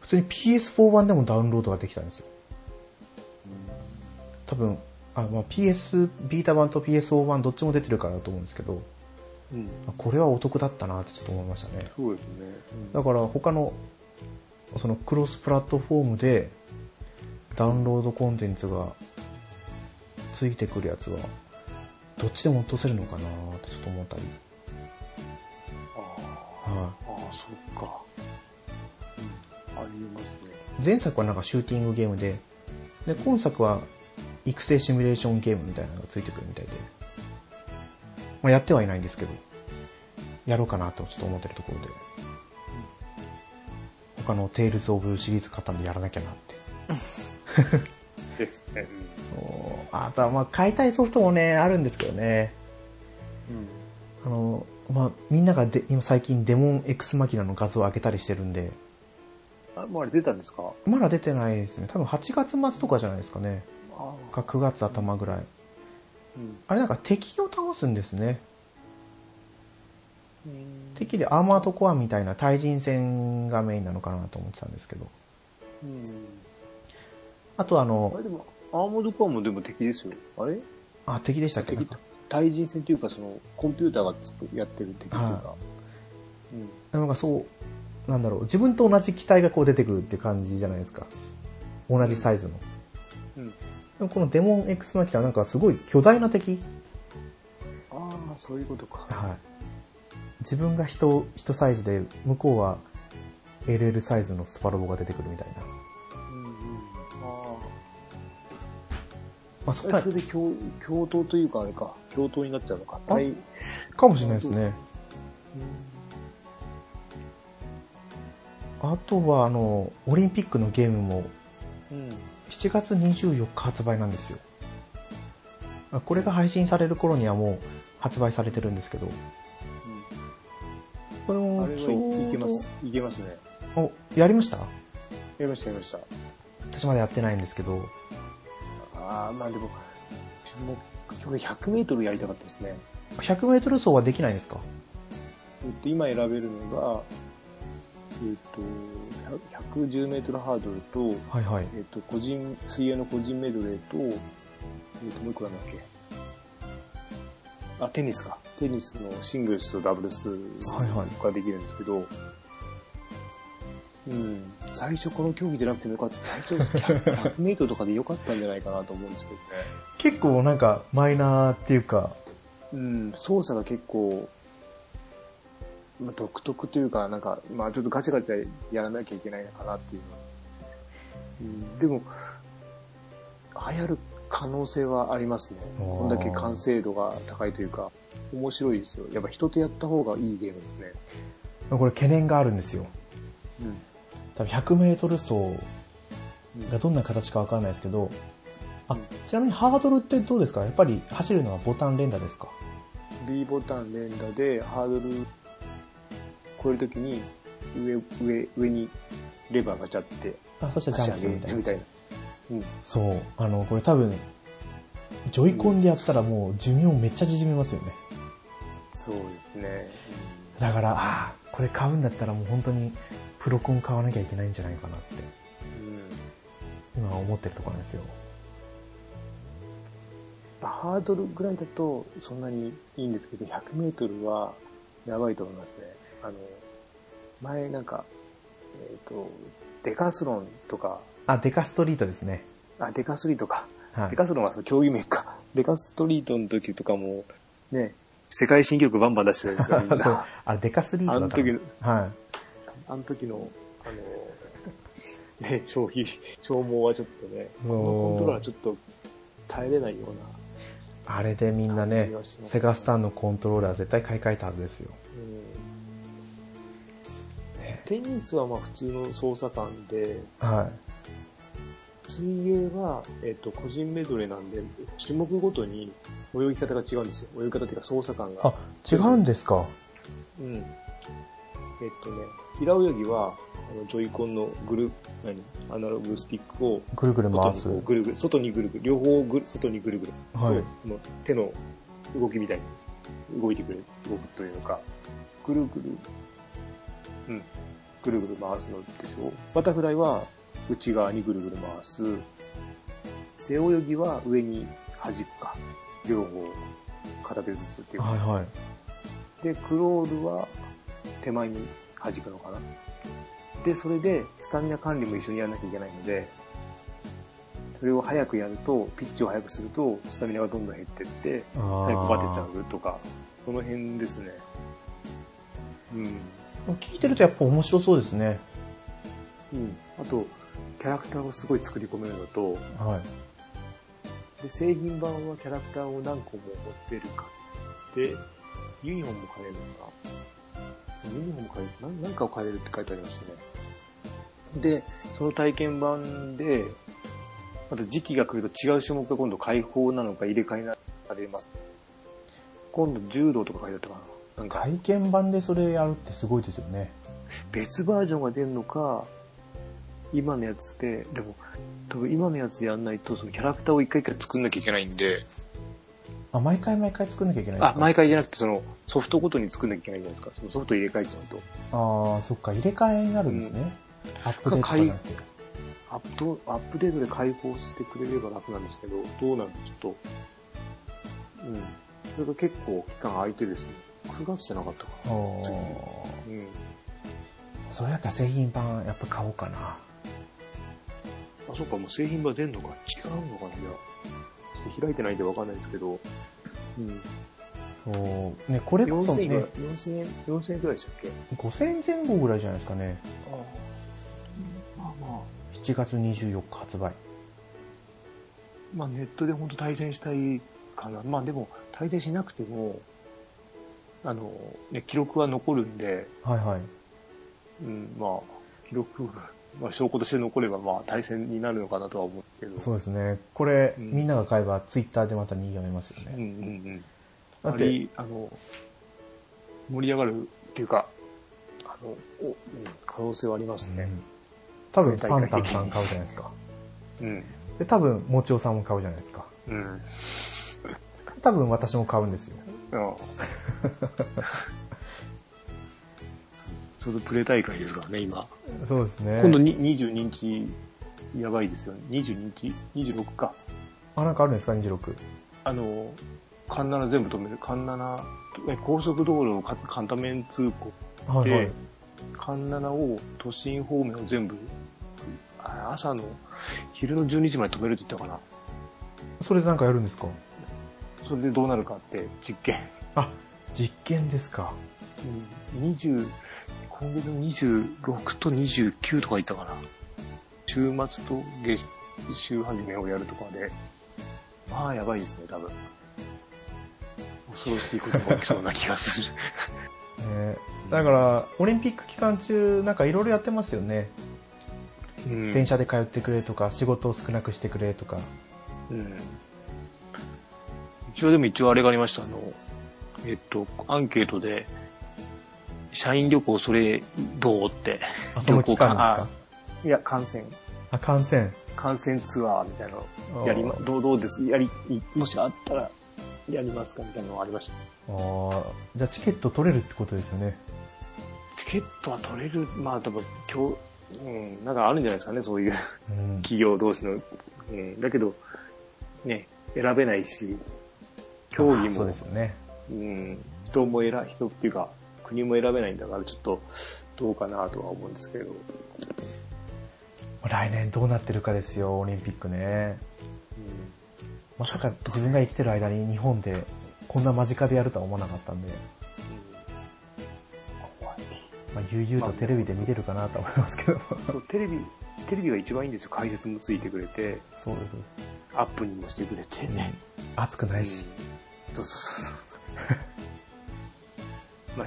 S1: 普通に PS4 版でもダウンロードができたんですよ。多分、あまあ、PS ビータ版と PS4 版どっちも出てるからだと思うんですけど、
S2: うん。
S1: あこれはお得だったなってちょっと思いましたね。
S2: そうですね。
S1: だから他の、そのクロスプラットフォームでダウンロードコンテンツがついてくるやつは、どっちでも落とせるのかなってちょっと思ったり。
S2: あ
S1: は
S2: あ、ああ、そっか。うん。ありますね。
S1: い、前作はなんかシューティングゲームで、で、今作は育成シミュレーションゲームみたいなのがついてくるみたいで、まあ、やってはいないんですけど、やろうかなとちょっと思ってるところで、他のテイルズ・オブシリーズ買ったんでやらなきゃなって。
S2: です ね。
S1: おーあとはまあ買いたいソフトもね、あるんですけどね。
S2: うん。
S1: あの、まあみんながで今最近デモン X マキナの画像を開けたりしてるんで、
S2: あ、もうあれ出たんですか
S1: まだ出てないですね。多分8月末とかじゃないですかね。
S2: ああ。
S1: か9月頭ぐらい。
S2: うん。
S1: あれなんか敵を倒すんですね。
S2: うん
S1: 敵でアーマードコアみたいな対人戦がメインなのかなと思ってたんですけど。
S2: うん。
S1: あとあ
S2: あ
S1: の
S2: れ、でも、アーモードコアもでも敵ですよ。あれ
S1: あ、敵でしたっけ
S2: 敵と対人戦というか、その、コンピューターがつくやってる敵というか
S1: は。
S2: うん。
S1: なんかそう、なんだろう、自分と同じ機体がこう出てくるって感じじゃないですか。同じサイズの。
S2: うん。
S1: でもこのデモン X マキナなんかすごい巨大な敵。
S2: ああ、そういうことか。
S1: はい。自分が人、人サイズで、向こうは LL サイズのスパロボが出てくるみたいな。
S2: うんうん。あ
S1: まあ、そこ
S2: あ。
S1: は
S2: それ、で共、共闘というか、あれか。共闘になっちゃうのか。対、
S1: かもしれないですね。あとは、あの、オリンピックのゲームも
S2: うん。
S1: 7月24日発売なんですよ。あこれが配信される頃にはもう発売されてるんですけど、これ
S2: うん。
S1: も
S2: あれ
S1: ちょうど
S2: はい、いけます。いけますね。
S1: お、やりました
S2: やりました、やりました。
S1: 私まだやってないんですけど、
S2: ああ、まあでも、自分も、今日100メートルやりたかったですね。
S1: 100メートル走はできないんですか
S2: えっと、今選べるのが、えっと、100 110メートルハードルと、
S1: はいはい。
S2: えっと、個人、水泳の個人メドレーと、えっと、もう一個なんだっけ。あ、テニスか。テニスのシングルスとダブルス
S1: はいはい
S2: ができるんですけど、うん、最初この競技じゃなくてもよかった。最初100メートルとかでよかったんじゃないかなと思うんですけどね。
S1: 結構なんかマイナーっていうか、
S2: うん、操作が結構、まあ、独特というか、なんか、まあちょっとガチャガチャやらなきゃいけないのかなっていう。うん、でも、流行る可能性はありますね。
S1: あー
S2: こんだけ完成度が高いというか、面白いですよ。やっぱ人とやった方がいいゲームですね。
S1: これ懸念があるんですよ。
S2: うん。
S1: 多分100メートル走
S2: うん
S1: がどんな形かわかんないですけど、あ
S2: うん、
S1: ちなみにハードルってどうですかやっぱり走るのはボタン連打ですか
S2: B ボタン連打でハードル超えるときに、上、上、上にレバーがちゃって、
S1: あ、そしたらジャンプみたいな。
S2: たいな。うん。
S1: そう。あの、これ多分、ジョイコンでやったらもう寿命めっちゃ縮みますよね。
S2: そうですね。
S1: だから、ああ、これ買うんだったらもう本当にプロコン買わなきゃいけないんじゃないかなって、
S2: うん
S1: 今思ってるところなんですよ。
S2: ハードルぐらいだとそんなにいいんですけど、100メートルはやばいと思いますね。あの、前なんか、えっ、と、デカスロンとか、
S1: あ、デカストリートですね。
S2: あ、デカスリートか。
S1: はい
S2: デ。カスロンはその競技名か。 デカストリートの時とかも、ね、世界新記録バンバン出してたん ですよ、みん
S1: そう
S2: な。
S1: あれデカスリートだった
S2: あの時
S1: はい。
S2: あの時の、あの、ね、消費、消耗はちょっとね、このコントローラーちょっと耐えれないような。
S1: あれでみんなね
S2: 感じがしま、す
S1: セガスタンのコントローラー絶対買い替えたはずですよ。
S2: うん
S1: ね
S2: テニスはまあ普通の操作感で、
S1: は
S2: 水泳は、えっと、個人メドレーなんで、種目ごとに泳ぎ方が違うんですよ。泳ぎ方っていうか操作感
S1: い。
S2: が
S1: あ。、違うんですか。
S2: うん。えっとね、平泳ぎは、あのジョイコンのグル、何アナログスティックを
S1: ぐるぐる
S2: 外
S1: 回
S2: に
S1: す。
S2: こうぐるぐる、外にぐるぐる、両方をぐる外にぐるぐると、
S1: はい
S2: この手の動きみたいに動いてくれる、動くというのか、ぐるぐる、うん、ぐるぐる回すのでしょう。バタフライは内側にぐるぐる回す。背泳ぎは上に弾くか。両方片手ずつっていうか
S1: はいはい。
S2: で、クロールは手前に弾くのかな。で、それでスタミナ管理も一緒にやらなきゃいけないので、それを早くやると、ピッチを早くすると、スタミナがどんどん減ってって、
S1: あー
S2: 最後バテちゃうとか、その辺ですね。うん。
S1: 聞いてるとやっぱ面白そうですね。
S2: うん。あと、キャラクターをすごい作り込めるのと、
S1: はい。
S2: で製品版はキャラクターを何個も持ってるかで、ユニフォームも買えるのかなユニフォーム買えるなん、なんかを買えるって書いてありましたね。で、その体験版で、また時期が来ると違う種目が今度解放なのか入れ替えなのかされます。今度柔道とか書いてあったかななんか
S1: 体験版でそれやるってすごいですよね。
S2: 別バージョンが出るのか、今のやつで、でも、多分今のやつやんないと、そのキャラクターを一回一回作んなきゃいけないんで、
S1: あ、毎回毎回作んなきゃいけないんです
S2: あ、
S1: か
S2: 毎回じゃなくて、その、ソフトごとに作んなきゃいけないじゃないですか。そのソフト入れ替えちゃうと。
S1: ああ、そっか、入れ替えになるんですね。アップデートじゃなくて。
S2: アップとアップデートで解放してくれれば楽なんですけど、どうなんですちょっと。うん。それが結構期間空いてですね。9月じゃなかったかな。
S1: お
S2: 次
S1: ー
S2: うん。
S1: それやったら製品版やっぱ買おうかな。
S2: あ、そうか、もう製品版出んのか。違うのかな、いや。ちょっと開いてないんでわかんないですけど。うん。
S1: そう。ね、これこそ
S2: 4000円ぐらい
S1: ね、、
S2: 4000円、4000円くらいでしたっけ
S1: 5000前後ぐらいじゃないですかね。
S2: ああ。まあまあ。
S1: 7月24日発売。
S2: まあ、ネットで本当対戦したいかな。まあでも、対戦しなくても、あの、ね、記録は残るんで、
S1: はいはい。
S2: うん、まあ、記録、まあ、証拠として残れば、まあ、対戦になるのかなとは思うんですけど。。
S1: そううですね。これ、
S2: うん
S1: みんなが買えばツイッターでまた人気が出ますよ
S2: うんう
S1: ね。
S2: んうん。
S1: だっ
S2: あれ
S1: て、、
S2: あの、盛り上がるっていうか、あの、おうん可能性はあります
S1: う
S2: ね。
S1: ん多分パンタンさん買うじゃないですか。
S2: うん。
S1: で、多分、もちおさんも買うじゃないですか。
S2: うん。
S1: 多分私も買うんですよ。
S2: ああ ちょうどプレ大会ですからね、今。
S1: そうですね。
S2: 今度に22日、やばいですよね。22日 ?26 か。
S1: あ、なんかあるんですか ?26。
S2: あの、カンナナ全部止める。カンナナ、え高速道路のか簡単面通行、
S1: はいはい
S2: で。カンナナを都心方面を全部、あ朝の、昼の12時まで止めるって言ったかな。
S1: それでなんかやるんですか
S2: それでどうなるかって実験。
S1: あ、実験ですか。
S2: うん20、今月の26と29とか言ったかな。週末と月、週始めをやるとかで、まあやばいですね、多分。恐ろしいことが起きそうな気がする。
S1: ねだから、オリンピック期間中、なんかいろいろやってますよね。
S2: うん
S1: 電車で通ってくれとか、仕事を少なくしてくれとか。
S2: うん。一応でも一応あれがありました、あの、えっと、アンケートで、社員旅行それどうって。
S1: あ、その期間です
S2: いや、感染。
S1: かあ、感染。
S2: 感染ツアーみたいなのやりま、
S1: あー
S2: どうどうですやり、いもしあったら、やりますかみたいなのがありました。
S1: あーじゃあチケット取れるってことですよね。
S2: チケットは取れる、まあ、多分、今日、うん、なんかあるんじゃないですかね、そう いう
S1: うん。
S2: 企業同士の。うん、だけど、ね、選べないし、競技
S1: あーそう
S2: も
S1: です、よね。
S2: うん、人も選、人っていうか、国も選べないんだから、ちょっと、どうかなとは思うんですけど。
S1: 来年どうなってるかですよ、オリンピックね。まさか自分が生きてる間に日本でこんな間近でやるとは思わなかったんで、
S2: 怖い。
S1: まあ、悠々とテレビで見てるかなとは思いますけど。
S2: そう、テレビ、テレビが一番いいんですよ。解説もついてくれて、
S1: そうです。そう
S2: アップにもしてくれて。
S1: ですうん暑くないし。
S2: うんそうそうそうそう。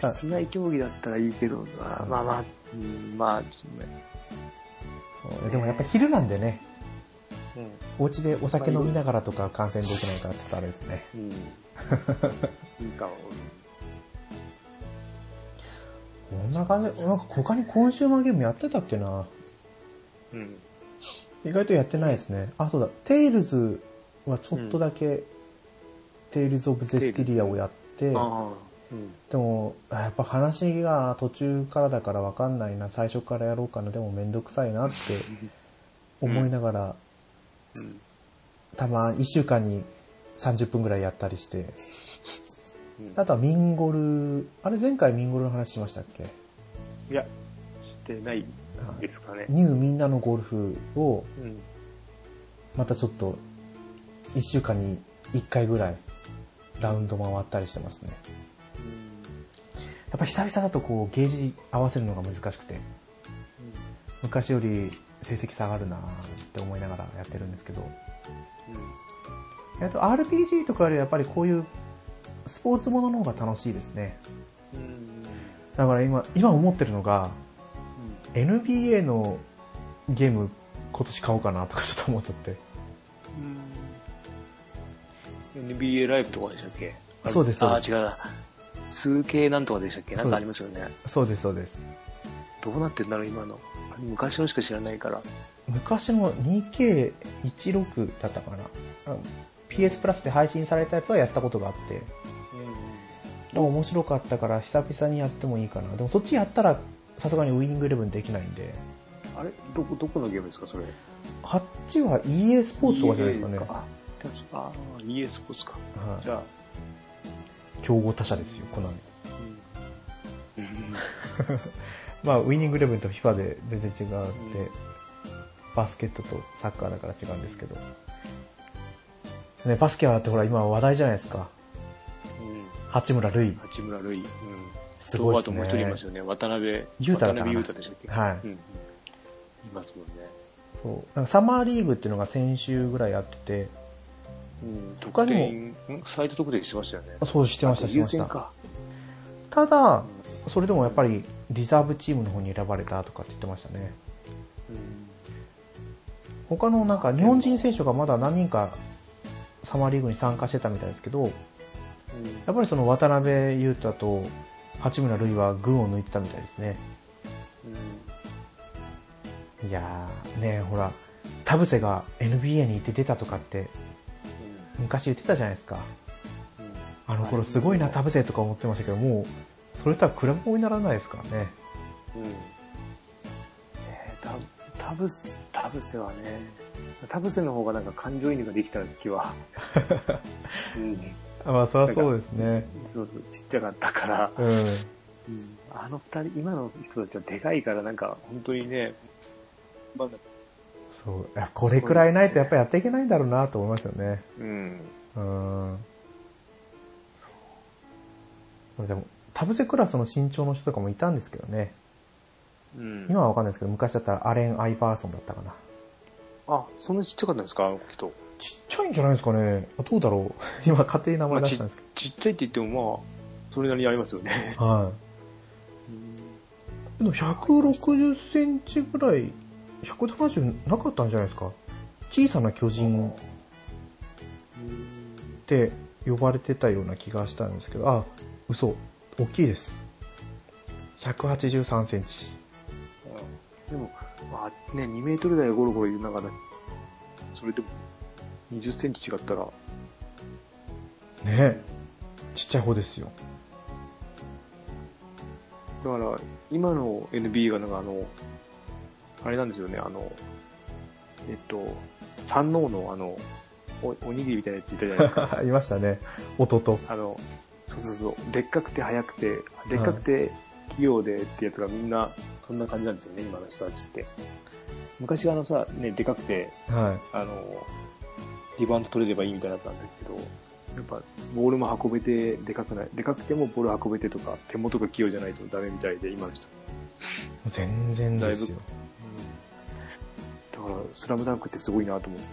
S2: まあ、室内競技だったらいいけど、まあまあまあ、うん、まあ、ちょっとね
S1: そうでもやっぱ昼なんでね、
S2: うん。
S1: お家でお酒飲みながらとか観戦できないからちょっとあれですね。
S2: うんいいかも。
S1: こんな感じ、なんか他にコンシューマーゲームやってたっけな
S2: うん。
S1: 意外とやってないですね。あ、そうだ。テイルズはちょっとだけテイルズ・オブ・ゼスティリアをやって、
S2: ああ。うん。
S1: でも、あやっぱ話が途中からだからわかんないな、最初からやろうかな、でもめんどくさいなって思いながら、
S2: うん
S1: たま1週間に30分ぐらいやったりして、
S2: うん
S1: あとはミンゴル、あれ前回ミンゴルの話しましたっけ
S2: いや、してないですかね。
S1: ニューみんなのゴルフを
S2: うん。
S1: またちょっと1週間に1回ぐらいラウンド回ったりしてますね。やっぱ久々だとこうゲージ合わせるのが難しくて、昔より成績下がるなって思いながらやってるんですけど、えっと RPG とかよりやっぱりこういうスポーツものの方が楽しいですね。
S2: うん。うん。
S1: だから今、今思ってるのが NBA のゲーム今年買おうかなとかちょっと思っちゃって。
S2: うん。NBA ライブとかでしたっけあれ
S1: そうですそう
S2: ああ、
S1: で
S2: 違うな。数形なんとかでしたっけなんかありますよね。
S1: そうです、そうです。
S2: どうなってんだろう、今の。昔のしか知らないから。
S1: 昔の 2K16 だったかな。あの PS プラスで配信されたやつはやったことがあって、でも面白かったから久々にやってもいいかな。でもそっちやったらさすがにウイニングイレブンできないんで、
S2: あれどこ、どこのゲームですか、それ。
S1: あっちは EA スポーツとかじゃないですかね。
S2: あ、確か、あー、EA スポーツか。
S1: はい
S2: じゃあ、
S1: 競合他社ですよ、コナミ。
S2: うん。
S1: まあ、ウイニングイレブンと FIFA で全然違うっ
S2: う
S1: て
S2: ん、
S1: バスケットとサッカーだから違うんですけど。ね、バスケはだってほら今話題じゃないですか。
S2: うん
S1: 八村塁。
S2: 八村塁。うん。
S1: す
S2: 動
S1: ごい
S2: 画
S1: です
S2: と
S1: ね。
S2: もう一人いますよね。渡辺、
S1: 雄太だった
S2: 渡
S1: かな
S2: 辺優太でしたっけ
S1: はい
S2: うんうん。いますもんね。
S1: そうなんかサマーリーグっていうのが先週ぐらいやってて、
S2: うん。
S1: 他
S2: 得
S1: にも
S2: 点、んサイト特定してましたよね。
S1: あそうしてました、
S2: あ
S1: して
S2: 優
S1: まし
S2: 先
S1: た。
S2: か。
S1: ただ、
S2: う
S1: それでもやっぱりリザーブチームの方に選ばれたとかって言ってましたね。
S2: ん。
S1: 他のなんか日本人選手がまだ何人かサマーリーグに参加してたみたいですけど、
S2: うん
S1: やっぱりその渡辺裕太と八村塁は群を抜いてたみたいですね。いやー、ねえほら、田臥が NBA に行って出たとかって昔言ってたじゃないですか。
S2: うんうん
S1: あの頃すごいな、田臥とか思ってましたけど、もう、それとは比べ物にならないですからね。
S2: うん。えー、た、タブス、タブセはね、タブセの方がなんか感情移入ができた気 は。うん。
S1: あまあ、そりゃそうですね。
S2: すごくちっちゃかったから。
S1: うん。
S2: あの二人、今の人たちはでかいから、なんか、本当にね、まだ、
S1: そう。いやこれくらいないとやっぱやっていけないんだろうなと思いますよね。
S2: うん。
S1: うん。でも、田臥クラスの身長の人とかもいたんですけどね。
S2: うん。
S1: 今はわかんないですけど、昔だったらアレン・アイバーソンだったかな。
S2: あ、そんなちっちゃかったんですか、あの人。
S1: ちっちゃいんじゃないですかね。あどうだろう。 今、勝手に名前出したんですけ
S2: ちっちゃいって言っても、まあ、それなりにありますよ ね。
S1: ど。はい。でも、160センチぐらい、170なかったんじゃないですか。小さな巨人っ
S2: うん
S1: て呼ばれてたような気がしたんですけど、あ、嘘。大きいです。183センチ。
S2: でも、まあ、ね、2メートル台をゴロゴロいる中で、それでも、20センチ違ったら、
S1: ねちっちゃい方ですよ。
S2: だから、今の NBA がなんかあの、あれなんですよね、あの、えっと、三能のあの、おおにぎりみたいなやついたじゃないです か。
S1: いましたね。弟。
S2: あの、そうそうそう、でっかくて早くて、でっかくて器用でってやつがみんな、そんな感じなんですよね、今の人たちって。昔あのさ、ね、でかくて、
S1: は
S2: あの、リバウンド取れればいいみたいだったんですけど、やっぱ、ボールも運べて、でかくない、でかくてもボール運べてとか、手元が器用じゃないとダメみたいで、今の人。
S1: い。全然です
S2: だい
S1: よ。
S2: だから、スラムダンクってすごいなと 思って、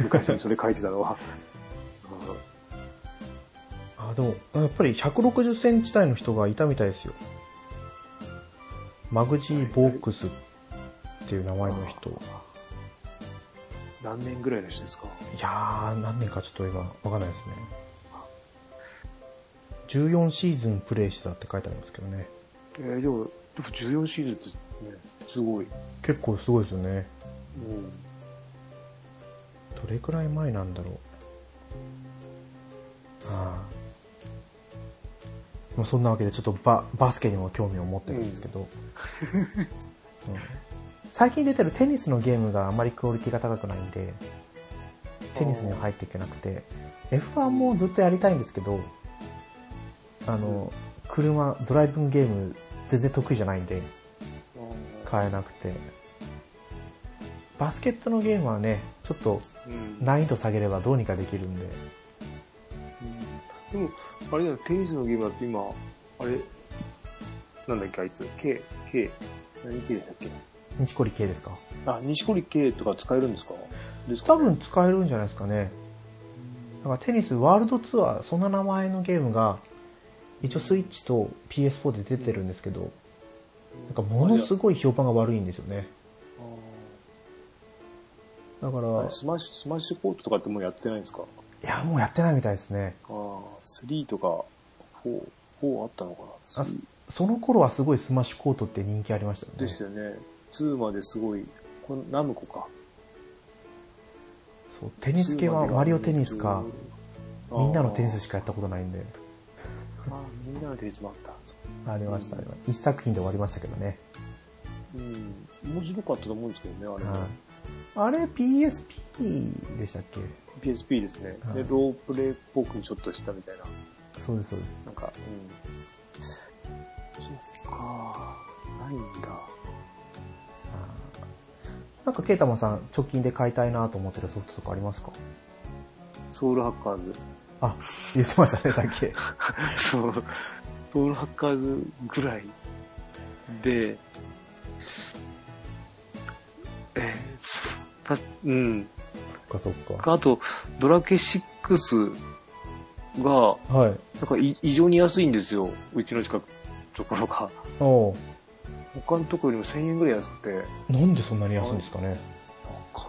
S2: 昔にそれ書いてたのは。
S1: あ、でも、やっぱり160センチ台の人がいたみたいですよ。マグジー・ボークスっていう名前の人。い
S2: 何年ぐらいの人ですか
S1: やー、何年かちょっと今、わかんないですね。14シーズンプレイしてたって書いてありますけどね。
S2: えー、でも、でも14シーズンってね、すごい。
S1: 結構すごいですよね。
S2: うん。
S1: どれくらい前なんだろう。まあ、そんなわけでちょっとババスケにも興味を持ってるんですけど、うん最近出てるテニスのゲームがあまりクオリティが高くないんでテニスには入っていけなくて F1 もずっとやりたいんですけどあの、車ドライビングゲーム全然得意じゃないんで買えなくてバスケットのゲームはねちょっと
S2: うん
S1: 難易度下げればどうにかできるんで
S2: でも、あれだよ、テニスのゲームだって今、あれ、なんだっけ、あいつ、K、K、何 K でしたっけ
S1: 錦織圭ですか
S2: あ、錦織 K とか使えるんですかですか
S1: 多分使えるんじゃないですかね。なんかテニスワールドツアー、そんな名前のゲームが、一応スイッチと PS4 で出てるんですけど、なんかものすごい評判が悪いんですよね。だから、
S2: あースマッシュ、スマッシュコートとかってもうやってないんですか
S1: いや、もうやってないみたいですね。
S2: ああ、3とか4、4あったのかな
S1: あ
S2: スリー
S1: その頃はすごいスマッシュコートって人気ありましたよね。
S2: ですよね。2まですごい、このナムコか。
S1: そうテニス系はマリオテニスか、みんなのテニスしかやったことないんで、
S2: あーあーみんなのテニスもあった。そう
S1: ありました、ありました一作品で終わりましたけどね。
S2: うん。面白かったと思うんですけどね、あ
S1: は
S2: れ
S1: いあれ PSP でしたっけ
S2: PSP ですね。
S1: は
S2: で、
S1: い
S2: ロープレイっぽくちょっとしたみたいな。
S1: そうです、そうです。
S2: なんか、うん。そっかないんだ。
S1: なんか、ケイタマンさん、直近で買いたいなと思ってるソフトとかありますか
S2: ソウルハッカーズ。
S1: あ、言ってましたね、さ っき。
S2: そう。ソウルハッカーズぐらいで、えー、そうん。
S1: そっかそっか。
S2: あと、ドラケ6が、
S1: はい。
S2: なんかい異常に安いんですよ。うちの近く、ところが。
S1: おう
S2: 他のところよりも1000円ぐらい安くて、
S1: なんでそんなに安いんですかね。
S2: 他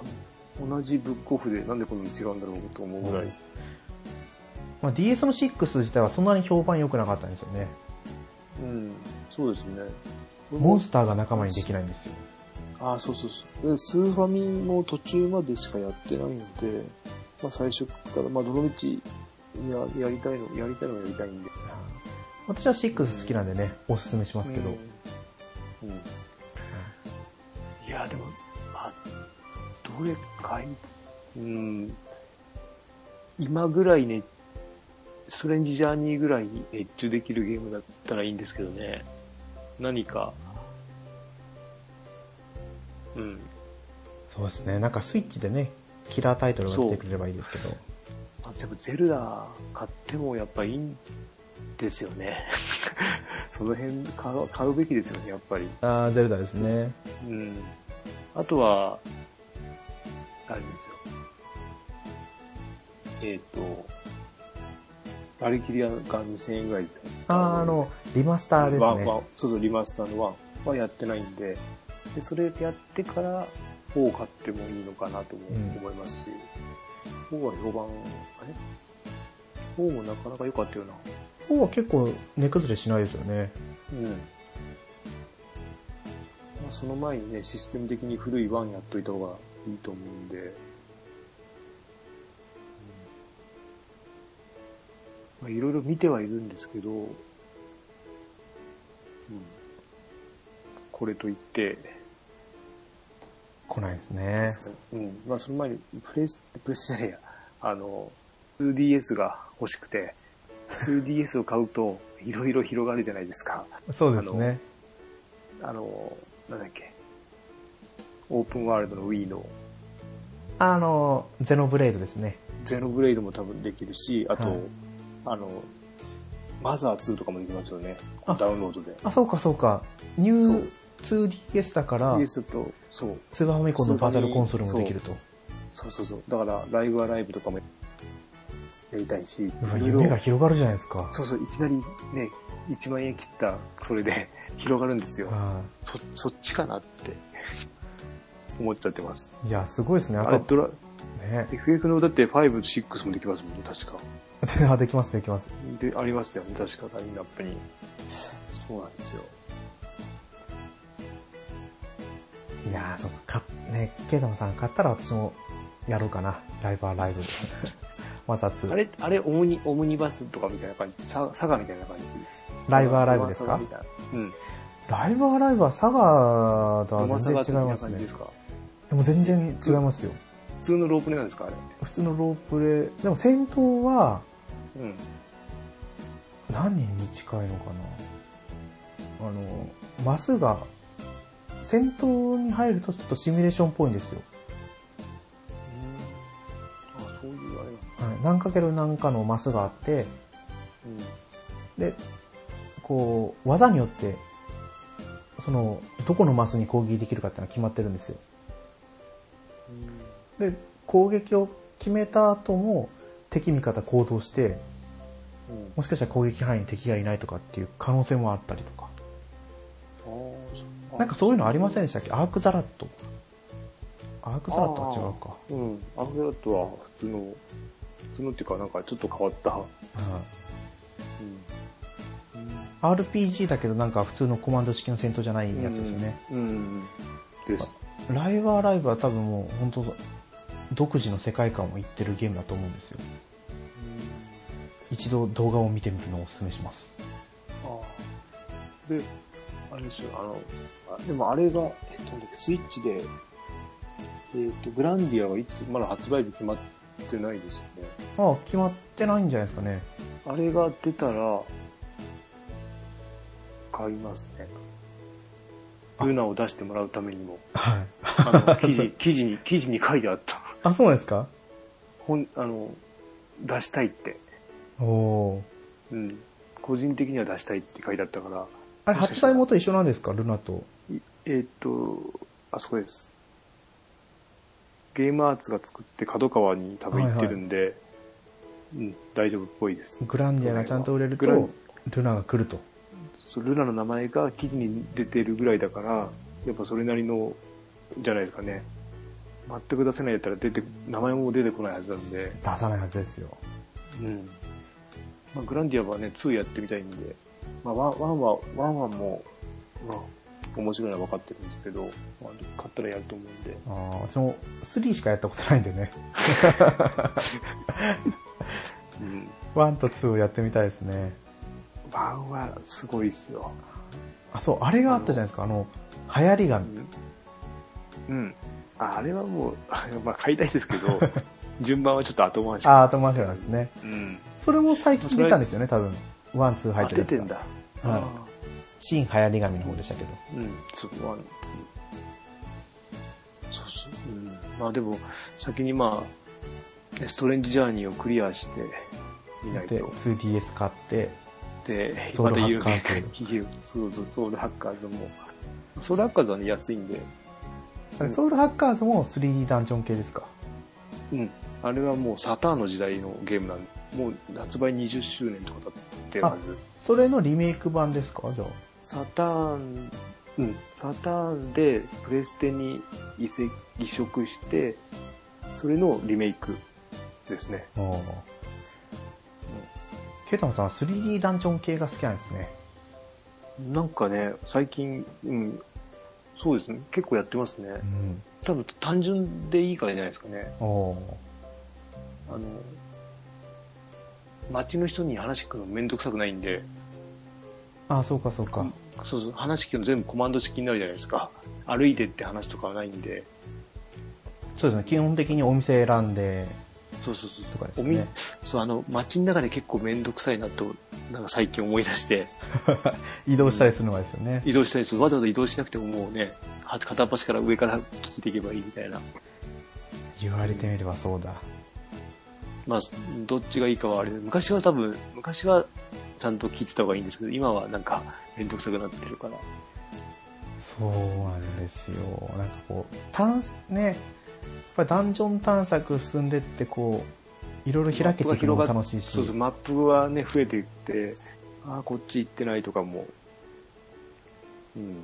S2: の同じブックオフでなんでこんなに違うんだろうと思うぐらい。
S1: まあ、DS の6自体はそんなに評判良くなかったんですよね。
S2: うん、そうですね。
S1: モンスターが仲間にできないんですよ。
S2: ああ、そうそうそう。でスーファミも途中までしかやってないので、まあ最初から、まあどの道ややりたいの、やりたいのはやりたいんで。
S1: 私は6好きなんでね、おすすめしますけど。
S2: うん。いや、でも、まあ、どれかい、うん、今ぐらいね、ストレンジジャーニーぐらいに熱中できるゲームだったらいいんですけどね。何か、うん、
S1: そうですね、なんかスイッチでね、キラータイトルが出てくれればいいですけど。
S2: あでもゼルダ買ってもやっぱいいんですよね。 その辺買う買うべきですよね、やっぱり。
S1: あー、ゼルダですね。
S2: うん。あとは、あれですよ。えっ、と、バリキリアが2000円ぐらいですよ。
S1: あー、あの、リマスターです
S2: ワ
S1: ね。
S2: ンワン、そうそう、リマスターの1はやってないんで、でそれやってから4を買ってもいいのかなとも
S1: うん
S2: 思いますし、4は評判、あれ ?4 もなかなか良かったよな。
S1: 4は結構、根崩れしないですよね。
S2: うん。まあ、その前にね、システム的に古い1やっといた方がいいと思うんで、うんまあ、いろいろ見てはいるんですけど、うん、これといって、
S1: 来ないですね。
S2: うん、まあその前にプレス、プレスじゃねえや、あの、2DS が欲しくて、2DS を買うといろいろ広がるじゃないですか。
S1: そうですね。
S2: あの、なんだっけ、オープンワールドの Wii の
S1: あの、ゼノブレイドですね。
S2: ゼノブレイドも多分できるし、あと、
S1: はい
S2: あの、マザー2とかもできますよね。
S1: あ
S2: ダウンロードで。
S1: あ、そうかそうか。ニュー 2DS だから、
S2: DS と、そう、
S1: スーパーファミコンのバーチャルコンソールもできると。
S2: そうそうそう。だから、ライブアライブとかもやりたいし、いう
S1: わ
S2: ろいろ
S1: 夢が広がるじゃないですか。
S2: そうそう、いきなりね、1万円切った、それで 広がるんですよ。
S1: は
S2: そ、そっちかなって、思っちゃってます。
S1: いいや、すごいですね。あ
S2: あれ、
S1: と、
S2: ドラ、
S1: ね。
S2: FF のだって5、6もできますもんね、確か。
S1: あできます、できます。
S2: で、ありましたよね、確かラインナップに。そうなんですよ。
S1: いやー、 そうか。ね、ケイタマさん買ったら私もやろうかな。ライブはライブ。摩擦
S2: あ。れ、あれ、オムニ、オムニバスとかみたいな感じ。さ佐賀みたいな感じ。
S1: ライブアライブです
S2: ロマ
S1: か
S2: サガみたいなうん。
S1: ライブアライブは佐賀と
S2: ロ
S1: は
S2: マサ
S1: 全
S2: ガ的
S1: 然違い
S2: な
S1: ます
S2: 感
S1: ね
S2: じで。すか
S1: でも全然違いますよ。
S2: 普通のロープレなんですかあれ。
S1: 普通のロープレイ、でも戦闘は
S2: うん。
S1: 何人に近いのかなあの、マスが、戦闘に入るとちょっとシミュレーションっぽいんですよ。
S2: あ、そういうあれなんだ
S1: はい、何かける何かのマスがあって、で、こう、技によって、その、どこのマスに攻撃できるかっていうのは決まってるんですよ。で、攻撃を決めた後も、敵味方行動して、
S2: うん。うん。あ
S1: もしかしたら攻撃範囲に敵がいないとかっていう可能性もあったりとか。
S2: あそう
S1: なんかそういうのありませんでしたっけアークザラット。アークザラットは違うか。
S2: うん。アフロラットは普通の、普通のっていうか、なんかちょっと変わった。うん。
S1: うん RPG だけどなんか普通のコマンド式の戦闘じゃないやつですよね。。
S2: うん。です。
S1: ライブアライブは多分もう本当独自の世界観を言ってるゲームだと思うんですよ。一度動画を見てみるのをおすすめします。
S2: ああ。で、あれですよ、あの、あでもあれが、えっとなんだっけ、スイッチで、えっと、グランディアはいつ、まだ発売日決まってないですよね。
S1: ああ、決まってないんじゃないですかね。
S2: あれが出たら、買いますね。
S1: あ
S2: ルナを出してもらうためにも、
S1: はい。
S2: あの、記事、記事に、記事に書いてあった。
S1: あ、そうなんですか
S2: 本、あの、出したいって。
S1: おおー。
S2: うん。個人的には出したいって書いてあったから、
S1: あれ、発売元一緒なんですかルナと。
S2: いえーっと、あそこです。ゲームアーツが作って角川に多分行ってるんで、うん、大丈夫っぽいです。
S1: グランディアがちゃんと売れると、
S2: グラン
S1: ルナが来ると。
S2: そうルナの名前が記事に出てるぐらいだから、やっぱそれなりの、じゃないですかね。全く出せないやったら出て、名前も出てこないはずなんで、
S1: 出さないはずですよ。
S2: うん。まあ、グランディアはね、2やってみたいんで、まあ、ワンワンは、ワンワンも、まあ、面白いのは分かってるんですけど、まあ、買ったらやると思うんで、
S1: ああ、私も3しかやったことないんでね。
S2: うん。
S1: 1と2をやってみたいですね。
S2: ワンはすごいっすよ。
S1: あ、そう、あれがあったじゃないですか。あの、流行り紙。
S2: うん。ああれはもう、 あれはまあ買いたいですけ ど、順番はちょっと後回し。
S1: ああ、後回しなんですね。
S2: うん。
S1: それも最近出たんですよね、多分。ワン、ツー入
S2: あ、
S1: って
S2: 出
S1: る
S2: て
S1: や
S2: ん
S1: つ
S2: だ。
S1: が。はい。新流行り紙の方でしたけど。
S2: うん、そう、ワン、ツーそうそう。うん。まあでも、先にまあ、ストレンジジャーニーをクリアして、みない
S1: で、
S2: と。
S1: 2DS 買って、
S2: で、
S1: ソ
S2: ま
S1: ード
S2: た
S1: ハ
S2: 有
S1: ッカ
S2: 名
S1: ーズ
S2: な、そうそう、ソウルハッカーズも。ソウルハッカーズはね、安いんで、
S1: あれソウルハッカーズも 3D ダンジョン系ですか。
S2: うん。あれはもうサターンの時代のゲームなんで、もう発売20周年とか経ってるはず。
S1: それのリメイク版ですかじゃあ。
S2: サターン、うん、サターンでプレステに移籍移植して、それのリメイクですね。
S1: あーケイタマンさんは 3D ダンジョン系が好きなんですね。
S2: なんかね、最近、うん、そうですね、結構やってますね。
S1: うん。
S2: 多分単純でいいからじゃないですかね。
S1: おー
S2: あの、街の人に話聞くのめんどくさくないんで、
S1: あー、そうかそうか。
S2: そうそう、話聞くの全部コマンド式になるじゃないですか。歩いてって話とかはないんで、
S1: そうですね。基本的にお店選んで、
S2: そうそうそう。
S1: とかです
S2: お
S1: ね
S2: みそう、あの、街の中で結構めんどくさいなと、なんか最近思い出して、
S1: 移動したりするのがですよね。
S2: 移動したりする。わざわざ移動しなくてももうね、は片っ端から上から聞いていけばいいみたいな。
S1: 言われてみればそうだ。
S2: まあ、どっちがいいかはあれで、昔は多分、昔はちゃんと聞いてた方がいいんですけど、今はなんかめんどくさくなってるから。
S1: そうなんですよ。なんかこう、探す、ね、やっぱりダンジョン探索進んでってこう、いろいろ開けていくのも楽しいし。
S2: そうそう、マップはね、増えていって、ああ、こっち行ってないとかも、うん、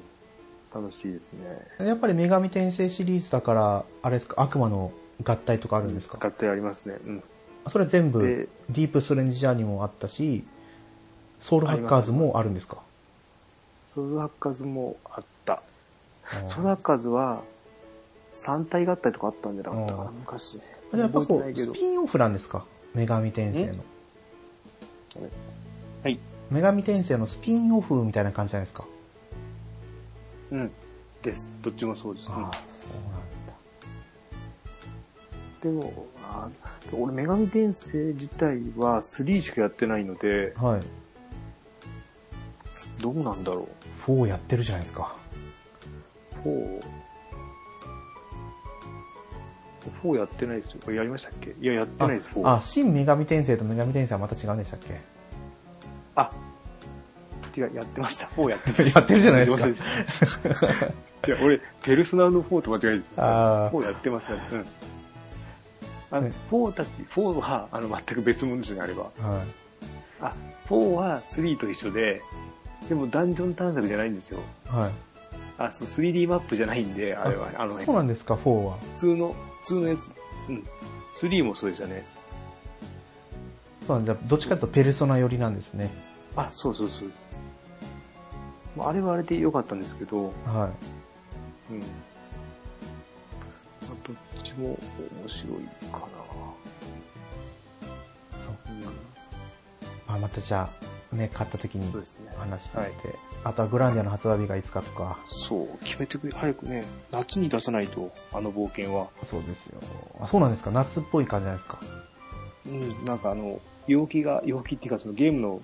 S2: 楽しいですね。
S1: やっぱり女神転生シリーズだから、あれですか、悪魔の合体とかあるんですか、
S2: 買ってありますね。うん。
S1: それ全
S2: で
S1: 部、ディープストレンジジャーニーもあったし、ソウルハッカーズもあるんですか
S2: ソウルハッカーズもあった。
S1: あー
S2: ソウルハッカーズは、3体合体とかあったんじゃなかったか
S1: う、
S2: なん昔。
S1: じゃあやっぱこ
S2: 覚え
S1: う、
S2: て
S1: ス
S2: ないけ
S1: ピンオフなんですか女神転生の。
S2: はい。
S1: 女神転生のスピンオフみたいな感じじゃないですか。
S2: うん。です。どっちもそうですね。
S1: ああ、そうなんだ。
S2: でも、あー俺、女神転生自体は3しかやってないので、
S1: はい。
S2: どうなんだろ
S1: 4やってるじゃないですか。
S2: う。4。4やってないですよ。これやりましたっけいや、やってないです、4。
S1: あ、新女神転生と女神転生はまた違うんでしたっけ
S2: あ、違う、やってました。4やってま
S1: やってるじゃないですか
S2: すか。いや、俺、ペルソナの4と間違えて
S1: あー
S2: 4やってますよ。うん。あの、
S1: ね
S2: 4たち、4は、あの、全く別物ですね、あれば。
S1: はい。
S2: あ、4は3と一緒で、でもダンジョン探索じゃないんですよ。
S1: はい。
S2: あ、そう、3D マップじゃないんで、あれは、あの、ね、
S1: そうなんですか、4は。
S2: 普通の、普通のやつ。うん。3もそうでしたね。
S1: そうなんだ。どっちかというとペルソナ寄りなんですね。
S2: あ、そうそうそう。まああれはあれで良かったんですけど、
S1: は
S2: うん。まあどっちも面白いかな。う
S1: い。まあ、またじゃあ、ね、買った時
S2: ん、
S1: に
S2: そうですね。
S1: 話して、
S2: はい。
S1: あとはグランディアの発売日がいつかとか。
S2: そう、決めてくれ、早くね、夏に出さないと、あの冒険は。
S1: そうですよ。あ、そうなんですか。夏っぽい感じじゃないですか。
S2: うん、なんかあの、陽気が、陽気っていうかそのゲームの、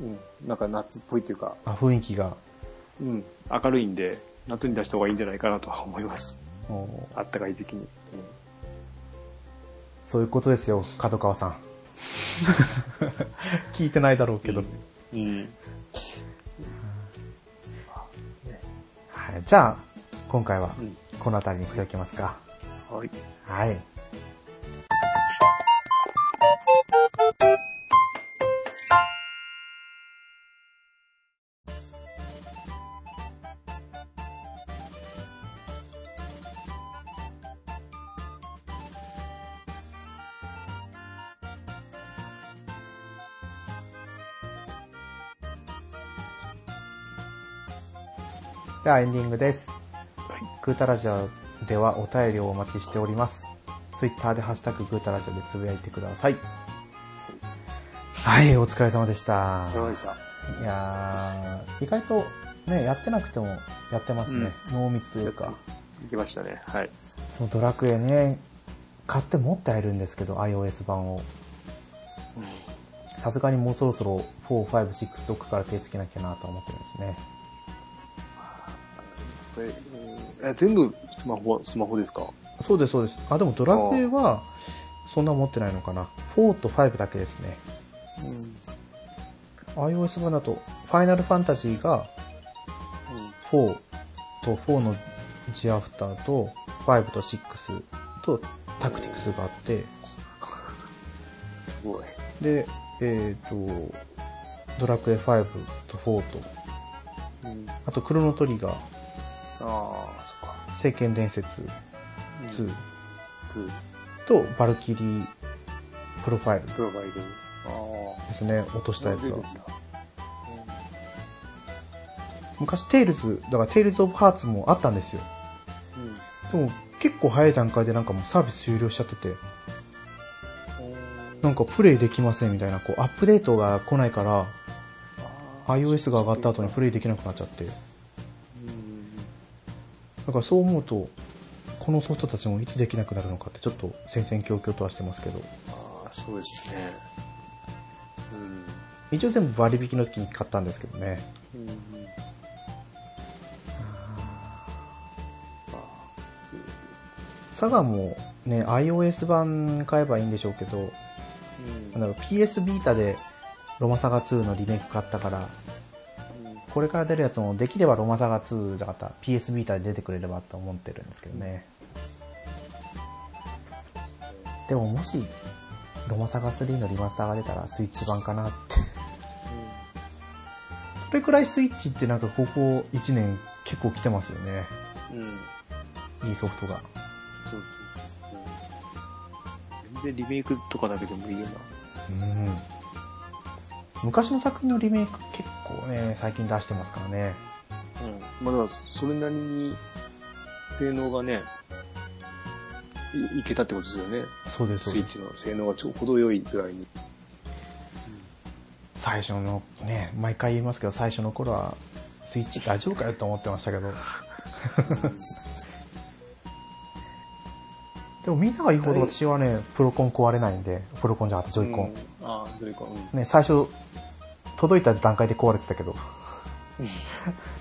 S2: うん、なんか夏っぽいっていうか、
S1: あ、雰囲気が。
S2: うん、明るいんで、夏に出した方がいいんじゃないかなとは思います。
S1: おー
S2: あったかい時期に。
S1: そういうことですよ、角川 さん。聞いてないだろうけど。
S2: うん。うん。
S1: はい、じゃあ、今回は
S2: うん
S1: この辺りにしておきますか。
S2: はい。
S1: はい。ではエンディングです。グータラジオではお便りをお待ちしております。ツイッターでハッシュタググータラジオでつぶやいてください。はい、お疲れ様でした。
S2: わかりました。
S1: いやー、意外とね、やってなくてもやってますね。濃密というか。
S2: 行きましたね。はい。
S1: そのドラクエね、買って持ってはいるんですけど、iOS 版を。さすがにもうそろそろ4、5、6どっかから手つけなきゃなと思ってるんですね。
S2: これ、うんえ全部スマホ、スマホですか
S1: そうです、そうです。あ、でもドラクエは、そんな持ってないのかな。4と5だけですね。
S2: うん。うん。
S1: iOS 版だと、ファイナルファンタジーが4と4のジアフターと5と6とタクティクスがあって、
S2: すごい。
S1: で、えっ、と、ドラクエ5と4と、
S2: うん。あ
S1: あとクロノトリガー、
S2: あ、そっか。
S1: 聖剣伝説
S2: うん
S1: 2。
S2: ツー
S1: とバルキリープロファイル
S2: プロファイル。ああ。
S1: ですね、落としたやつ
S2: 出て
S1: が
S2: き。た
S1: 昔テイルズ、だからテイルズオブハーツもあったんですよ。
S2: うん。うん
S1: でも結構早い段階でなんかもうサービス終了しちゃってて、なんかプレイできませんみたいな、こうアップデートが来ないから、iOS が上がった後にプレイできなくなっちゃって。だからそう思うと、このソフトたちもいつできなくなるのかってちょっと戦々恐々とはしてますけど。
S2: ああ、そうですね。
S1: 一応全部割引の時に買ったんですけどね。
S2: うん。うん。
S1: サガもね、iOS 版買えばいいんでしょうけど、なんだろう、PS ビータでロマサガ2のリメイク買ったから、これから出るやつもできればロマサガ2じゃなかった PS ビータで出てくれればと思ってるんですけどね。でももし、ロマサガ3のリマスターが出たらスイッチ版かなって。それくらいスイッチってなんかここ1年結構来てますよね。
S2: うん。うん。
S1: いいソフトが。
S2: そうそうそう。全然リメイクとかだけでもいいよな。
S1: うん。昔の作品のリメイク結構ね、最近出してますからね。
S2: うん。まあ、だから、それなりに、性能がね、いいけたってことですよね。
S1: そうですそう
S2: スイ
S1: で
S2: ッ
S1: す
S2: チの性能がちょうど良いぐらいに。
S1: 最初のね毎回言いますけど最初の頃はスイッチ大丈夫かよと思ってましたけどでもみんなが言うほど私はねプロコン壊れないんでプロコンじゃなくてジョイコン、
S2: うんああ、ジョイコン。うん
S1: ね最初届いた段階で壊れてたけど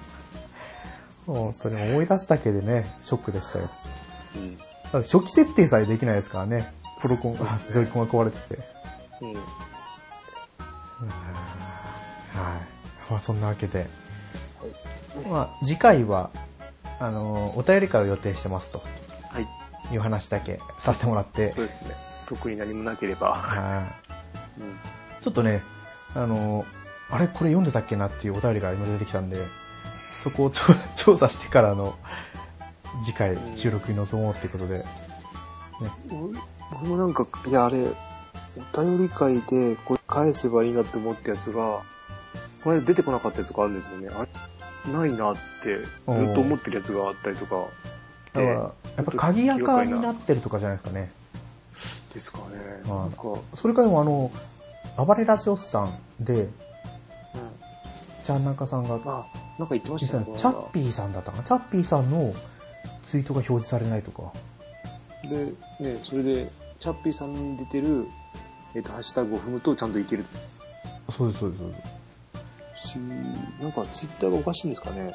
S1: 本当に思い出すだけでねショックでしたよ
S2: うん
S1: だって初期設定さえできないですからねプロコンあジョイコンが壊れてて
S2: うん
S1: はい。まあそんなわけで、まあ次回は、あの、お便り会を予定してますと
S2: はい、
S1: いう話だけさせてもらって
S2: そ、うですね。特に何もなければ。
S1: はい
S2: うん
S1: ちょっとね、あの、あれこれ読んでたっけなっていうお便りが今出てきたんで、そこをちょ 調査してからの次回収録に臨もうっていうことで、
S2: 僕もなんか、いや、あれ、お便り会でこれ返せばいいなって思ったやつが、この間出てこなかったやつがあるんですよね。あれないなって、ずっと思ってるやつがあったりとか、
S1: だから、やっぱ鍵垢になってるとかじゃないですかね。
S2: ですかね。
S1: あー
S2: なんか、うん
S1: それからでもあの、暴れラジオスさんで、ちゃんなかさんが
S2: まあ、なんか言ってま
S1: チ
S2: したね。この間
S1: ャッピーさんだったかなチャッピーさんのツイートが表示されないとか。
S2: で、ね、それで、チャッピーさんに出てる、えっ、と、ハッシュタグを踏むとちゃんといける
S1: そうです、そうです、そうです。
S2: し、なんかツイッターがおかしいんですかね。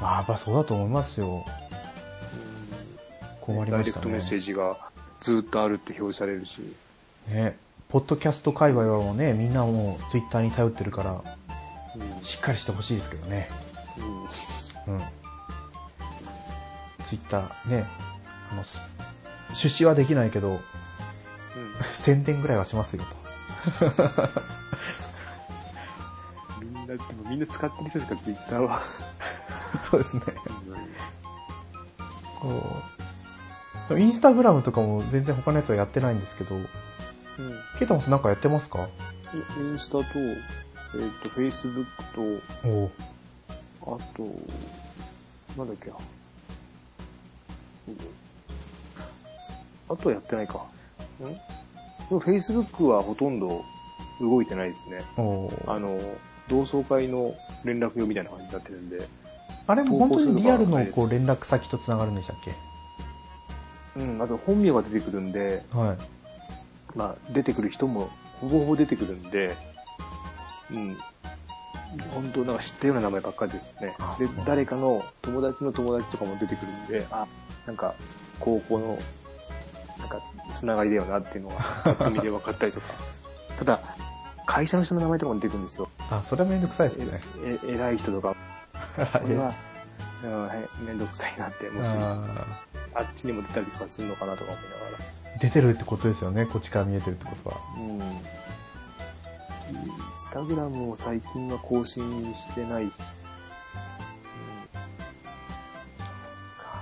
S1: ああ、やっぱそうだと思いますよ。困り
S2: ダ
S1: ま
S2: イレ
S1: し
S2: ク
S1: た
S2: トメ
S1: ね
S2: ッ。セージがずっとあるって表示されるし。
S1: ね。ポッドキャスト界隈はもうね、みんなもうツイッターに頼ってるから、
S2: うん
S1: しっかりしてほしいですけどね。
S2: うん
S1: うん。ツイッター、ね。あの、す出資はできないけど、宣伝ぐらいはしますよと。
S2: みんな、でもみんな使ってる人しかツイッター は。
S1: そうですね。こう。インスタグラムとかも全然他のやつはやってないんですけど、
S2: うん。
S1: ケイタモスなんかやってますか
S2: インスタと、えっ、と、フェイスブック
S1: おお。
S2: と、あと、なんだっけな。あとはやってないか。んでもフェイスブックはほとんど動いてないですね。
S1: おー
S2: あの、同窓会の連絡用みたいな感じになってるんで。
S1: あれも本当にリアルのこ
S2: 投稿
S1: う
S2: す
S1: 連絡先と繋がるんでしたっけ
S2: うん、あと本名が出てくるんで、
S1: はい。
S2: まあ、出てくる人もほぼほぼ出てくるんで、うん、本当なんか知ったような名前ばっかりですね
S1: あ。
S2: で
S1: そう、
S2: 誰かの友達の友達とかも出てくるんで、あ、なんか高校の、なんかつながりだよなっていうのが、パッと見で分かった りとか。ただ、会社の人の名前とかも出てくるんですよ。
S1: あ、それはめんどくさいです ね。
S2: え、え偉い人とか、これは、うん、はいめんどくさいなって、もし、あ
S1: あ
S2: っちにも出たりとかするのかなとか思いながら。
S1: ー出てるってことですよね。こっちから見えてるってことは。
S2: うん。インスタグラムを最近は更新してない。うん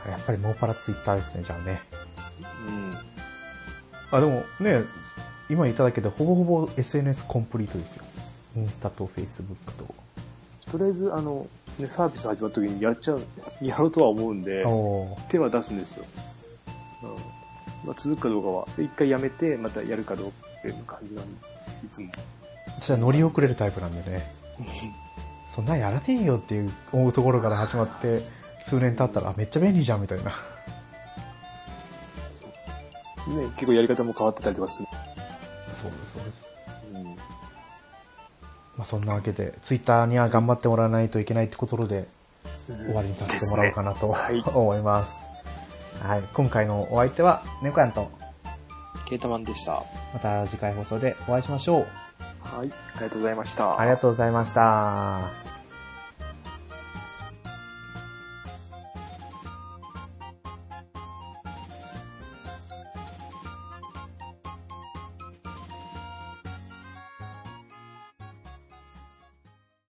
S1: やっぱりもっぱらツイッターですね、じゃあね。
S2: うん。
S1: あ、でもね、今言っただけでほぼほぼ SNS コンプリートですよ。インスタと Facebook と。
S2: とりあえず、あの、ね、サービス始まった時にやっちゃう、やろうとは思うんで、
S1: おー
S2: 手は出すんですよ。うん。まあ、続くかどうかは。で一回やめて、またやるかどうかっていう感じなんで、い つも。
S1: 私は乗り遅れるタイプなんでね。そんなんやらねえよっていう思うところから始まって、数年経ったら、あめっちゃ便利じゃんみたいな。
S2: ね、結構やり方も変わってたりとかする。
S1: そうです、そうです。
S2: うん。
S1: まあ、そんなわけで、ツイッターには頑張ってもらわないといけないってことで、終わりにさせてもらおうかなと、
S2: ね
S1: 思います。はい、今回のお相手は、ネコヤンと、
S4: ケータマンでした。
S1: また次回放送でお会いしましょう。
S2: はい。ありがとうございました。
S1: ありがとうございました。